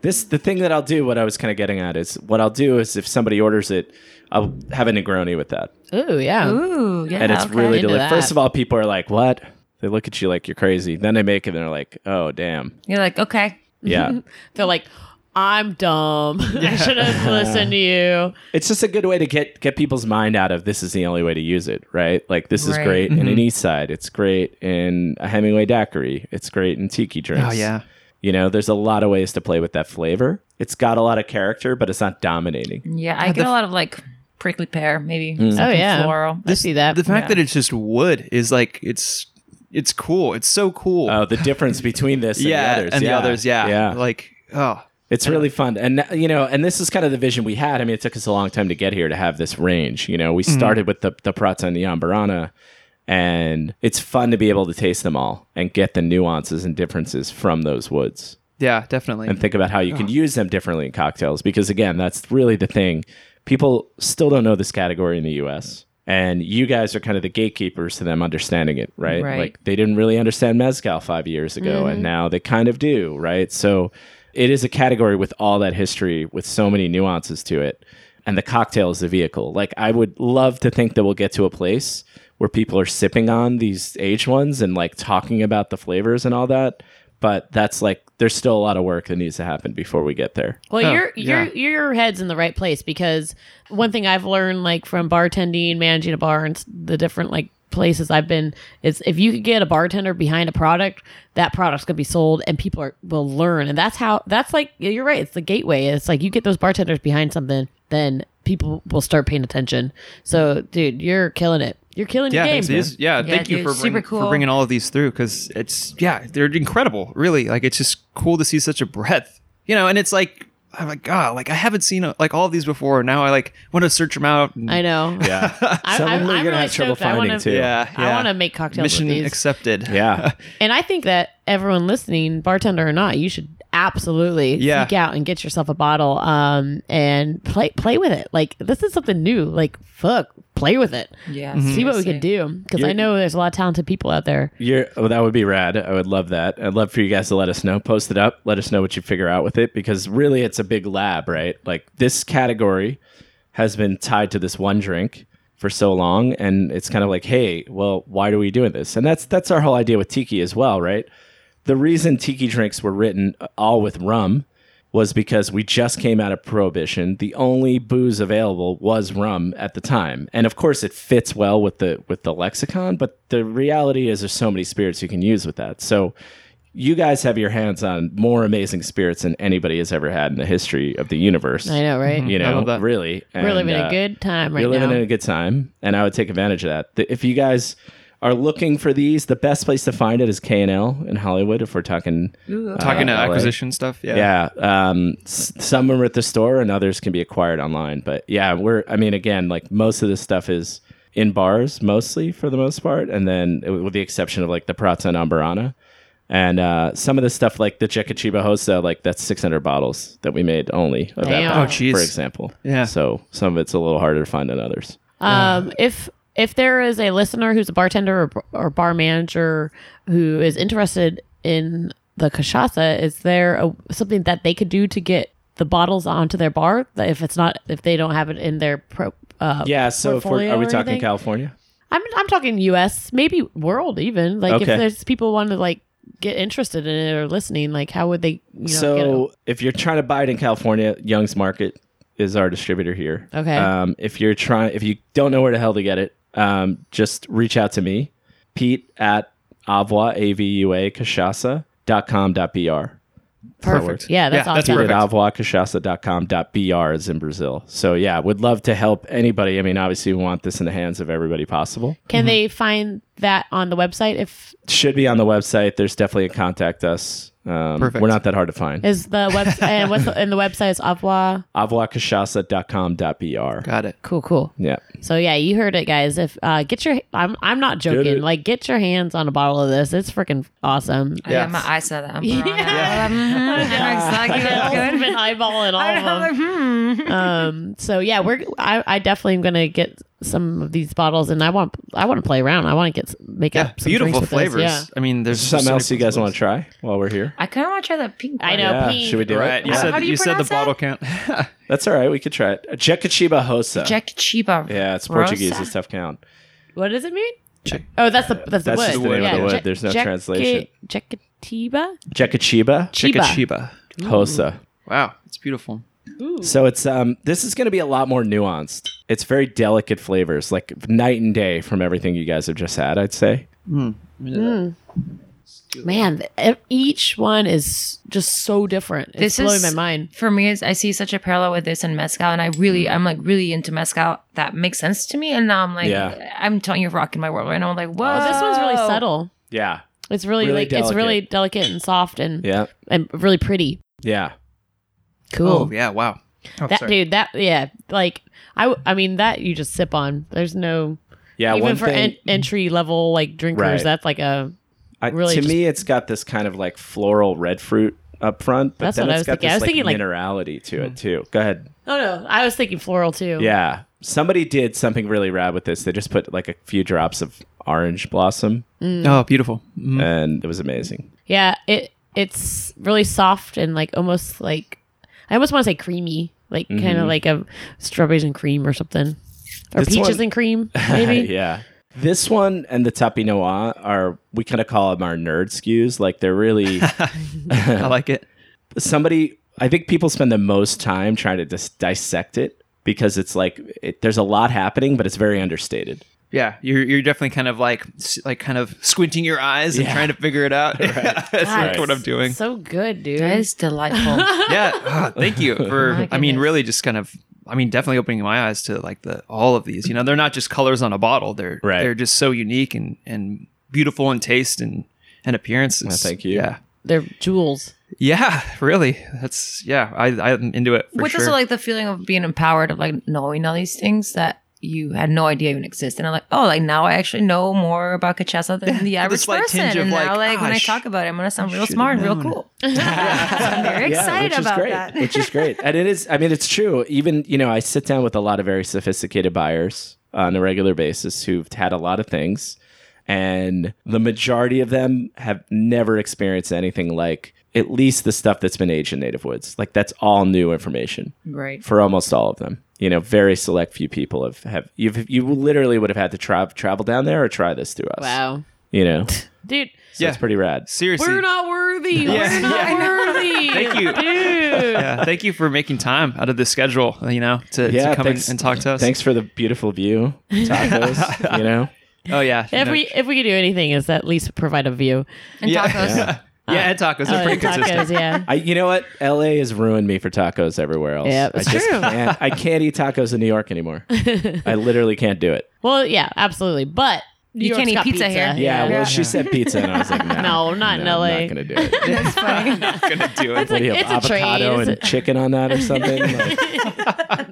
C: This the thing that I'll do. What I was kind of getting at is what I'll do is if somebody orders it, I'll have a Negroni with that,
D: Ooh, yeah.
E: Ooh, yeah.
C: and it's
E: okay.
C: really
D: Into
C: delicious.
D: that.
C: First of all, people are like, "What?" They look at you like you're crazy. Then they make it, and they're like, "Oh, damn."
E: You're like, okay.
C: Yeah,
D: They're like, I'm dumb. I should have listened to you.
C: it's just a good way to get get people's mind out of this is the only way to use it, right? Like this is
E: Right.
C: great in
B: Mm-hmm.
C: an East Side. It's great in a Hemingway daiquiri. It's great in tiki drinks.
B: Oh yeah.
C: You know, there's a lot of ways to play with that flavor. It's got a lot of character, but it's not dominating.
E: Yeah, I get a lot of like prickly pear, maybe.
C: Mm.
D: Oh yeah.
E: Floral.
D: I see that.
B: The fact
E: Yeah.
B: that it's just wood is like it's. It's cool. It's so cool.
C: Oh, the difference between this and
B: yeah,
C: the others.
B: and
C: yeah.
B: the others. Yeah.
C: Yeah.
B: Like oh.
C: it's really fun. And, you know, and this is kind of the vision we had. I mean, it took us a long time to get here to have this range. You know, we started with the, the Prata and the Ambarana, and it's fun to be able to taste them all and get the nuances and differences from those woods.
B: Yeah, definitely.
C: and think about how you can use them differently in cocktails because again that's really the thing people still don't know this category in the us and you guys are kind of the gatekeepers to them understanding it right, Mm-hmm.
E: Right.
C: like they didn't really understand mezcal five years ago and now they kind of do right so it is a category with all that history with so many nuances to it and the cocktail is the vehicle like i would love to think that we'll get to a place where people are sipping on these aged ones and like talking about the flavors and all that but that's like there's still a lot of work that needs to happen before we get there.
D: Well,
B: Oh,
D: your your
B: yeah.
D: your head's in the right place because one thing I've learned, like from bartending, managing a bar, and s- the different like places I've been, is if you could get a bartender behind a product, that product's gonna be sold, and people are will learn, and that's how that's like yeah, you're right. It's the gateway. It's like you get those bartenders behind something, then people will start paying attention. So, dude, you're killing it. You're killing
B: yeah,
D: your game.
B: thanks, Liz. yeah,
E: Yeah,
B: Thank you
E: dude,
B: for
E: super
B: bring,
E: cool.
B: for bringing all of these through because it's yeah, they're incredible. Really, like it's just cool to see such a breadth, you know. And it's like I'm like God, like I haven't seen uh like all of these before. Now I like want to search them out. and-
D: I know.
C: Yeah.
D: I,
C: Some of them are gonna have trouble
D: stoked. I wanna-
C: finding, too.
B: yeah,
D: I
B: yeah.
D: want to make cocktails. with
B: Mission
D: these.
B: accepted.
C: Yeah.
D: And I think that everyone listening, bartender or not, you should absolutely
B: Yeah.
D: seek out and get yourself a bottle um, and play play with it. Like this is something new. Like fuck, play with it.
E: Yeah.
D: See what we
E: seriously.
D: can do because I
C: Hmm. You're-
D: know there's a lot of talented people out there.
C: You're, well, that would be rad. I would love that. I'd love for you guys to let us know. Post it up. Let us know what you figure out with it because really it's a big lab, right? Like this category has been tied to this one drink for so long and it's kind of like, "Hey, well, why are we doing this?" And that's that's our whole idea with tiki as well, right? The reason tiki drinks were written uh, all with rum was because we just came out of prohibition. The only booze available was rum at the time. And of course it fits well with the with the lexicon, but the reality is there's so many spirits you can use with that. So you guys have your hands on more amazing spirits than anybody has ever had in the history of the universe.
D: Mm-hmm. I know, right?
C: You know,
B: love that.
C: really.
D: We're
C: And,
D: living
C: uh,
D: a good time right
C: you're
D: now.
C: living in a good time, and I would take advantage of that. The- If you guys are looking for these, the best place to find it is K and L in Hollywood. If we're talking, uh,
B: Talking to
C: LA.
B: acquisition stuff. Yeah.
C: yeah, um, s- some are at the store, and others can be acquired online. But yeah, we're. I mean, again, like most of this stuff is in bars mostly for the most part, and then uh, with the exception of like the Prata and Ambarana. And uh, some of the stuff like the Jekachiba Hosa, like that's 600 bottles that we made only of that
D: Damn.
C: batch,
D: Oh,
B: jeez.
C: for example.
B: Yeah.
C: So some of it's a little harder to find than others.
D: Um, if if there is a listener who's a bartender or, or bar manager who is interested in the cachaça, is there a, something that they could do to get the bottles onto their bar That if it's not if they don't have it in their pro? Uh,
C: Yeah. So if we're,
D: portfolio
C: are we
D: or
C: talking
D: anything?
C: California?
D: I'm I'm talking U.S. maybe world even like
C: Okay.
D: if there's people want to like get interested in it or listening like how would they you know
C: so
D: get
C: if you're trying to buy it in California, Young's Market is our distributor here.
D: Okay.
C: Um, if you're trying, if you don't know where the hell to get it, um, just reach out to me, Pete at avua avua cachaça dot com dot br.
D: it perfect yeah that's
B: Yeah, that's
D: awesome
B: perfect.
C: Pete at avwacachasa.com.br is in Brazil. So yeah, would love to help anybody. I mean, obviously we want this in the hands of everybody possible.
D: can they find that on the website if
C: Should be on the website. There's definitely a contact us. Um,
B: Perfect.
C: We're not that hard to find.
D: is the web and what's the, and the website is avwa
C: avwacachasa.com.br.
B: Got it.
D: cool cool
C: Yeah.
D: So yeah, you heard it, guys. If uh, get your, I'm I'm not joking.
C: it.
D: Like get your hands on a bottle of this. It's freaking awesome.
E: I
B: Yeah.
E: got my eyes on that. I'm
D: Yeah.
E: yeah. I know exactly
D: I've
E: what's
D: been
E: good.
D: eyeballing all
E: I know,
D: of
E: I'm like, hmm.
D: them. um, so yeah, we're I, I definitely am gonna get some of these bottles, and I want I want to play around. I want to get s- make
B: Yeah.
D: up some
B: Beautiful
D: drinks with
B: flavors.
D: this.
B: I mean, there's
C: Something
B: so many
C: else you guys
B: possibilities.
C: want to try while we're here?
E: I kind of want to try that pink.
D: I
E: one.
D: know.
C: yeah.
D: pink.
C: Should we do
B: Right.
C: it?
B: You
C: Yeah.
B: said
E: How do you
B: you said the
E: pronounce that?
B: bottle count.
C: That's all right. We could try it. Jecachiba Hosa.
E: Jack Chiba.
C: yeah, it's
E: Rosa?
C: Portuguese. It's tough count.
D: What does it mean? Oh, that's the that's the
C: That's
D: wood.
C: just the name of
D: yeah.
C: the wood.
D: Jack-
C: There's no
D: Jack-
C: translation.
D: Jackatiba.
C: Jecachiba
D: Chiba.
B: Chiba.
C: Hosa.
B: Wow, it's beautiful.
C: So it's um this is going to be a lot more nuanced. It's very delicate flavors, like night and day from everything you guys have just had, I'd say.
D: Man, th- e-, each one is just so different. It's
E: This
D: blowing
E: is-
D: my mind.
E: For me, is I see such a parallel with this and mezcal, and I
C: Mm.
E: really, I'm like really into mezcal. That makes sense to me. And now I'm like,
C: Yeah.
E: I'm telling you, rocking my world right now. I'm like, whoa,
D: Oh, this one's really subtle.
C: Yeah.
D: It's really,
C: Really
D: like it's really delicate and soft and
C: Yeah.
D: and really pretty.
C: Yeah.
D: Cool.
B: Oh yeah, wow. Oh,
D: that
B: sorry.
D: dude, that yeah, like I w- I mean that you just sip on. There's no
C: Yeah,
D: even
C: one
D: for
C: thing
D: en- entry level like drinkers,
C: Right.
D: that's like a
C: I,
D: really
C: to
D: just-
C: me it's got this kind of like floral red fruit up front, but
D: That's
C: then
D: what I
C: it's
D: was
C: got
D: thinking.
C: this
D: I was
C: like
D: thinking, like- Hmm.
C: minerality to it too. Go ahead.
D: Oh no, I was thinking floral too.
C: Yeah. Somebody did something really rad with this. They just put like a few drops of orange blossom
B: Oh, beautiful. Mm.
C: and it was amazing.
D: Yeah, it it's really soft and like almost like I almost want to say creamy, like kind of like a strawberries and cream or something. Or
C: Mm-hmm. This
D: peaches
C: one-
D: and cream, maybe.
C: yeah. This one and the Tapi Noa are we kind of call them our nerd skews. Like they're really
B: I like it.
C: somebody. I think people spend the most time trying to dis- dissect it because it's like it, there's a lot happening, but it's very understated.
B: Yeah, you're you're definitely kind of like s- like kind of squinting your eyes and
C: Yeah.
B: trying to figure it out. That's like
D: Guys,
B: what I'm doing.
D: So good, dude.
E: That is delightful.
B: yeah, ah, thank you for.
E: My
B: I mean,
E: goodness.
B: really, just kind of. I mean, definitely opening my eyes to like the all of these. You know, they're not just colors on a bottle. They're
C: Right.
B: they're just so unique and and beautiful in taste and and appearances.
C: Well, thank you.
B: Yeah,
D: They're jewels.
B: yeah, really. That's yeah. I I'm into it for
E: with
B: sure.
E: also like the feeling of being empowered of like knowing all these things that you had no idea even exist and i'm like oh like now i actually know more about cachaça than the average
B: slight
E: person
B: tinge of
E: and
B: like,
E: now like
B: ah,
E: when i
B: sh-
E: talk about it i'm gonna sound real
B: should've
E: smart and real
B: known.
E: cool i'm very
C: Yeah,
E: excited
C: which is
E: about
C: great,
E: that
C: Which is great. And it is, I mean, it's true. Even, you know, I sit down with a lot of very sophisticated buyers on a regular basis who've had a lot of things. And the majority of them have never experienced anything like at least the stuff that's been aged in native woods. Like that's all new information
E: right
C: for almost all of them. You know, very select few people have, have you've, you literally would have had to tra- travel down there or try this through us.
D: Wow.
C: You know,
D: Dude,
C: so
B: Yeah.
C: it's pretty rad.
B: Seriously.
D: we're not worthy. We're
B: Yeah.
D: not worthy.
B: Thank you.
D: Dude.
B: yeah, thank you for making time out of the schedule. You know, to,
C: Yeah,
B: to come in
C: thanks-
B: and talk to us.
C: Thanks for the beautiful view, tacos, you know?
B: Oh yeah. you
D: If
B: know.
D: we if we could do anything, is at least provide a view.
E: and
B: yeah.
E: tacos
B: Yeah, and tacos are
D: Oh,
B: pretty
D: and
B: consistent.
D: tacos, yeah.
C: I, you know what? LA has ruined me for tacos everywhere else.
D: Yeah, it's
C: I just
D: true.
C: Can't, I can't eat tacos in New York anymore. I literally can't do it.
D: Well, yeah, absolutely. But New
E: You
D: York's
E: can't eat
D: got
E: pizza here.
C: Yeah, well,
E: Yeah.
C: she said pizza, and I was like, no,
D: No, not in LA.
C: I'm not gonna do it.
E: that's funny
B: Not gonna do it.
C: What do you
D: It's
C: have
D: a
C: avocado
D: trade.
C: and chicken on that or something? Like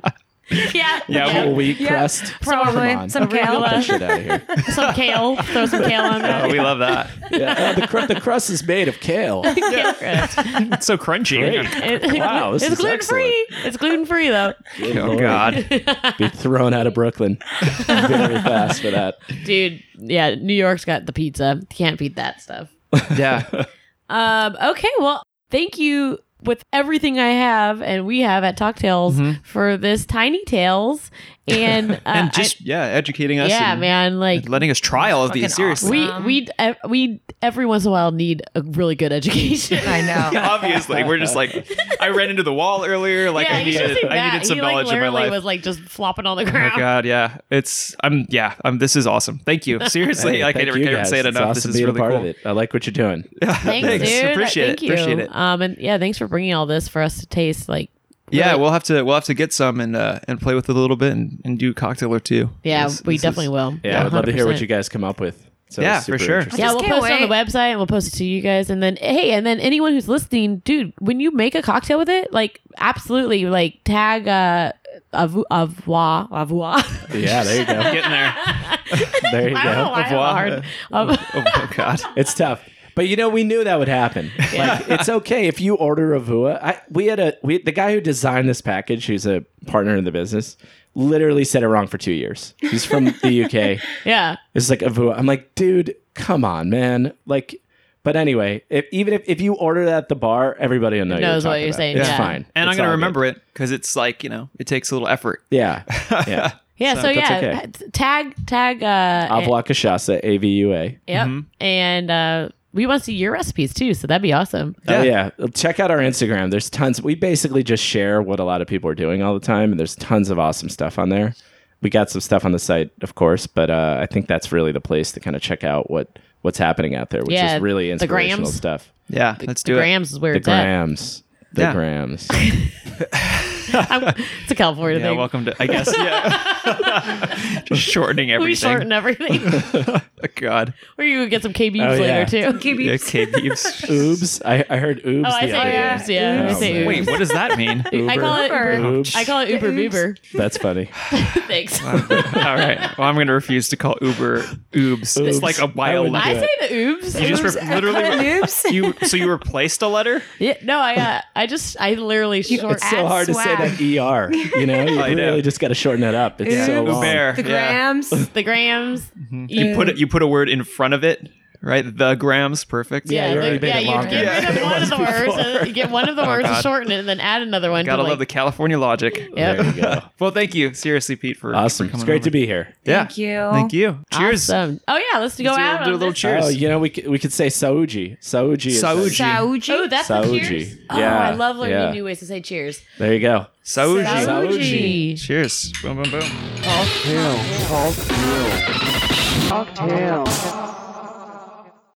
D: yeah,
B: Yeah,
C: whole wheat
E: Yeah.
C: crust?
E: Probably.
C: Come on.
E: Some kale.
C: Get that shit out of here.
D: some kale. Throw some kale on
B: Oh,
D: that.
B: we love that.
C: Yeah, oh, the, cr- the crust is made of kale.
D: Kale crust.
B: It's so crunchy.
C: Great.
D: It-
C: Wow, this
D: it's
C: is
D: gluten free. It's gluten free though,
C: Good
B: Oh
C: Lord.
B: God.
C: Be thrown out of Brooklyn very fast for that.
D: dude. Yeah, New York's got the pizza. Can't beat that stuff.
B: Yeah.
D: Um, okay, well, thank you with everything I have and we have at Talktails for this Tiny Tales and uh,
B: Mm-hmm. and
D: I-
B: just yeah, educating us.
D: yeah,
B: and
D: man, like.
B: Letting us try all of these.
E: Fucking
B: Seriously.
E: awesome.
D: We
E: Um,
D: we uh, we every once in a while need a really good education.
E: i know
B: Obviously, we're just like I ran into the wall earlier. Like I
D: you should've
B: needed,
D: seen
B: I
D: that.
B: needed some
D: he,
B: knowledge
D: like,
B: in my
D: literally
B: life.
D: was like just flopping on the
B: Oh
D: ground.
B: god, yeah. It's I'm yeah. I'm this is awesome. Thank you. Seriously,
C: Hey,
B: like I
C: thank
B: never
C: you
B: can
C: guys.
B: say it
C: It's
B: enough.
C: awesome
B: this is
C: being a
B: really
C: part
B: cool.
C: of it. I like what you're doing.
D: Thanks, dude.
B: Appreciate
D: Thank
B: it.
D: you.
B: Appreciate it.
D: Um, and yeah, thanks for bringing all this for us to taste. Like,
B: yeah,
D: really-
B: we'll have to we'll have to get some and uh and play with it a little bit and, and do a cocktail or two.
D: yeah,
B: This-
D: we
B: this is-
D: definitely will.
C: Yeah, I would love to hear
D: 100%.
C: what you guys come up with. So
B: Yeah,
C: it's
B: for
C: super
B: sure.
C: interesting.
D: Yeah,
E: Just
D: we'll
E: can't
D: post it on the
E: wait.
D: website and we'll post it to you guys. And then, hey, and then anyone who's listening, dude, when you make a cocktail with it, like, absolutely, like, tag uh, Avu- Avwa. Avwa.
C: Yeah, there you go.
B: getting there.
C: There you
D: I don't know
C: go.
D: why I have a
B: Avwa.
D: hard. Av-
B: Oh, oh god.
C: It's tough. But you know, we knew that would happen. Like, it's okay if you order a vua. I, we had a we the guy who designed this package, who's a partner in the business, literally said it wrong for two years. He's from the UK.
D: yeah.
C: It's like a vua. I'm like, dude, come on, man. Like, but anyway, if, even if, if you order that at the bar, everybody will know
D: Knows
C: you're
D: what
C: talking
D: you're
C: about.
D: saying.
C: It's
D: Yeah.
C: fine.
B: And I'm
C: It's
B: gonna
C: all good.
B: remember it because it's like you know it takes a little effort.
C: Yeah, yeah.
D: Yeah. So, yeah,
C: okay.
D: t- tag, tag, uh,
C: Avla Kashasa, A V U A.
D: Yep. And uh, we want to see your recipes too, so that'd be awesome.
C: Oh
B: Yeah.
C: yeah, check out our Instagram. There's tons. We basically just share what a lot of people are doing all the time, and there's tons of awesome stuff on there. We got some stuff on the site, of course, but uh, I think that's really the place to kind of check out what what's happening out there, which
D: Yeah,
C: is really
D: the grams.
C: inspirational stuff.
B: Yeah, let's
D: The
B: do it.
D: grams is where
C: The
D: it's at.
C: grams, the
B: Yeah.
C: grams.
D: I'm- it's a California
B: Yeah,
D: thing.
B: welcome to. I guess yeah. Just shortening everything.
D: we shorten everything.
B: Oh, God.
D: or you could get some KBs
C: Oh, yeah.
D: later too.
B: Yeah,
E: KB.
B: okay, Beebs.
C: Oobs. I, I heard oobs.
D: Oh, I
C: the
D: say
C: other day.
D: oops. Yeah, I
C: Oops.
D: say oops.
B: Wait, what does that mean?
D: I call it
E: Uber.
C: Oops.
D: I call it Uber
E: Oops.
D: Boober.
C: That's funny.
D: Thanks.
B: All right. Well, I'm going to refuse to call Uber oobs. It's
C: Oobs.
B: like a
C: I
B: wild.
C: wouldn't
D: I
C: do
D: say the oops.
B: You just
E: Oops,
B: re-
E: I
B: literally
E: call it
B: re-
E: oops.
B: you so you replaced a letter?
D: Yeah, no, I uh, I just I literally short.
C: It's so
E: Add
C: hard to say
E: swag.
C: that ER. You know, you
B: I know.
C: really just got to shorten it up. It's so long.
B: Uber.
E: the
B: yeah.
E: grams
D: the grams.
B: Mm-hmm. You put it. You put a word in front of it. right? The grams, perfect.
C: Yeah, you already
D: like-
C: made
D: yeah,
C: it
D: you
C: longer
D: get rid
B: than
D: of one of the words, and you get one of the words and
B: Oh, God.
D: shorten it, and then add another one.
B: Gotta
D: to
B: love the
D: like,
B: California logic.
D: Yep.
C: There you go.
B: Well, thank you, seriously, Pete, for
C: Awesome.
B: for
C: It's
B: coming
C: great
B: over.
C: to be here.
B: Yeah.
E: Thank you.
B: Thank you. Cheers.
D: Awesome. Oh yeah, let's go
B: do,
D: out.
B: do a
D: on
B: little
D: this.
B: cheers.
C: Oh, you know, we could, we could say Sauji. Sauji. is-
B: Sauji.
E: Sauji.
D: Oh, that's the
C: Saoji.
D: cheers.
C: Yeah,
D: Oh, I love learning
C: yeah.
D: new ways to say cheers.
C: There you go.
B: Saoji.
D: Saoji.
C: Saoji.
B: Cheers. Boom, boom, boom.
F: Cocktail. Cocktail.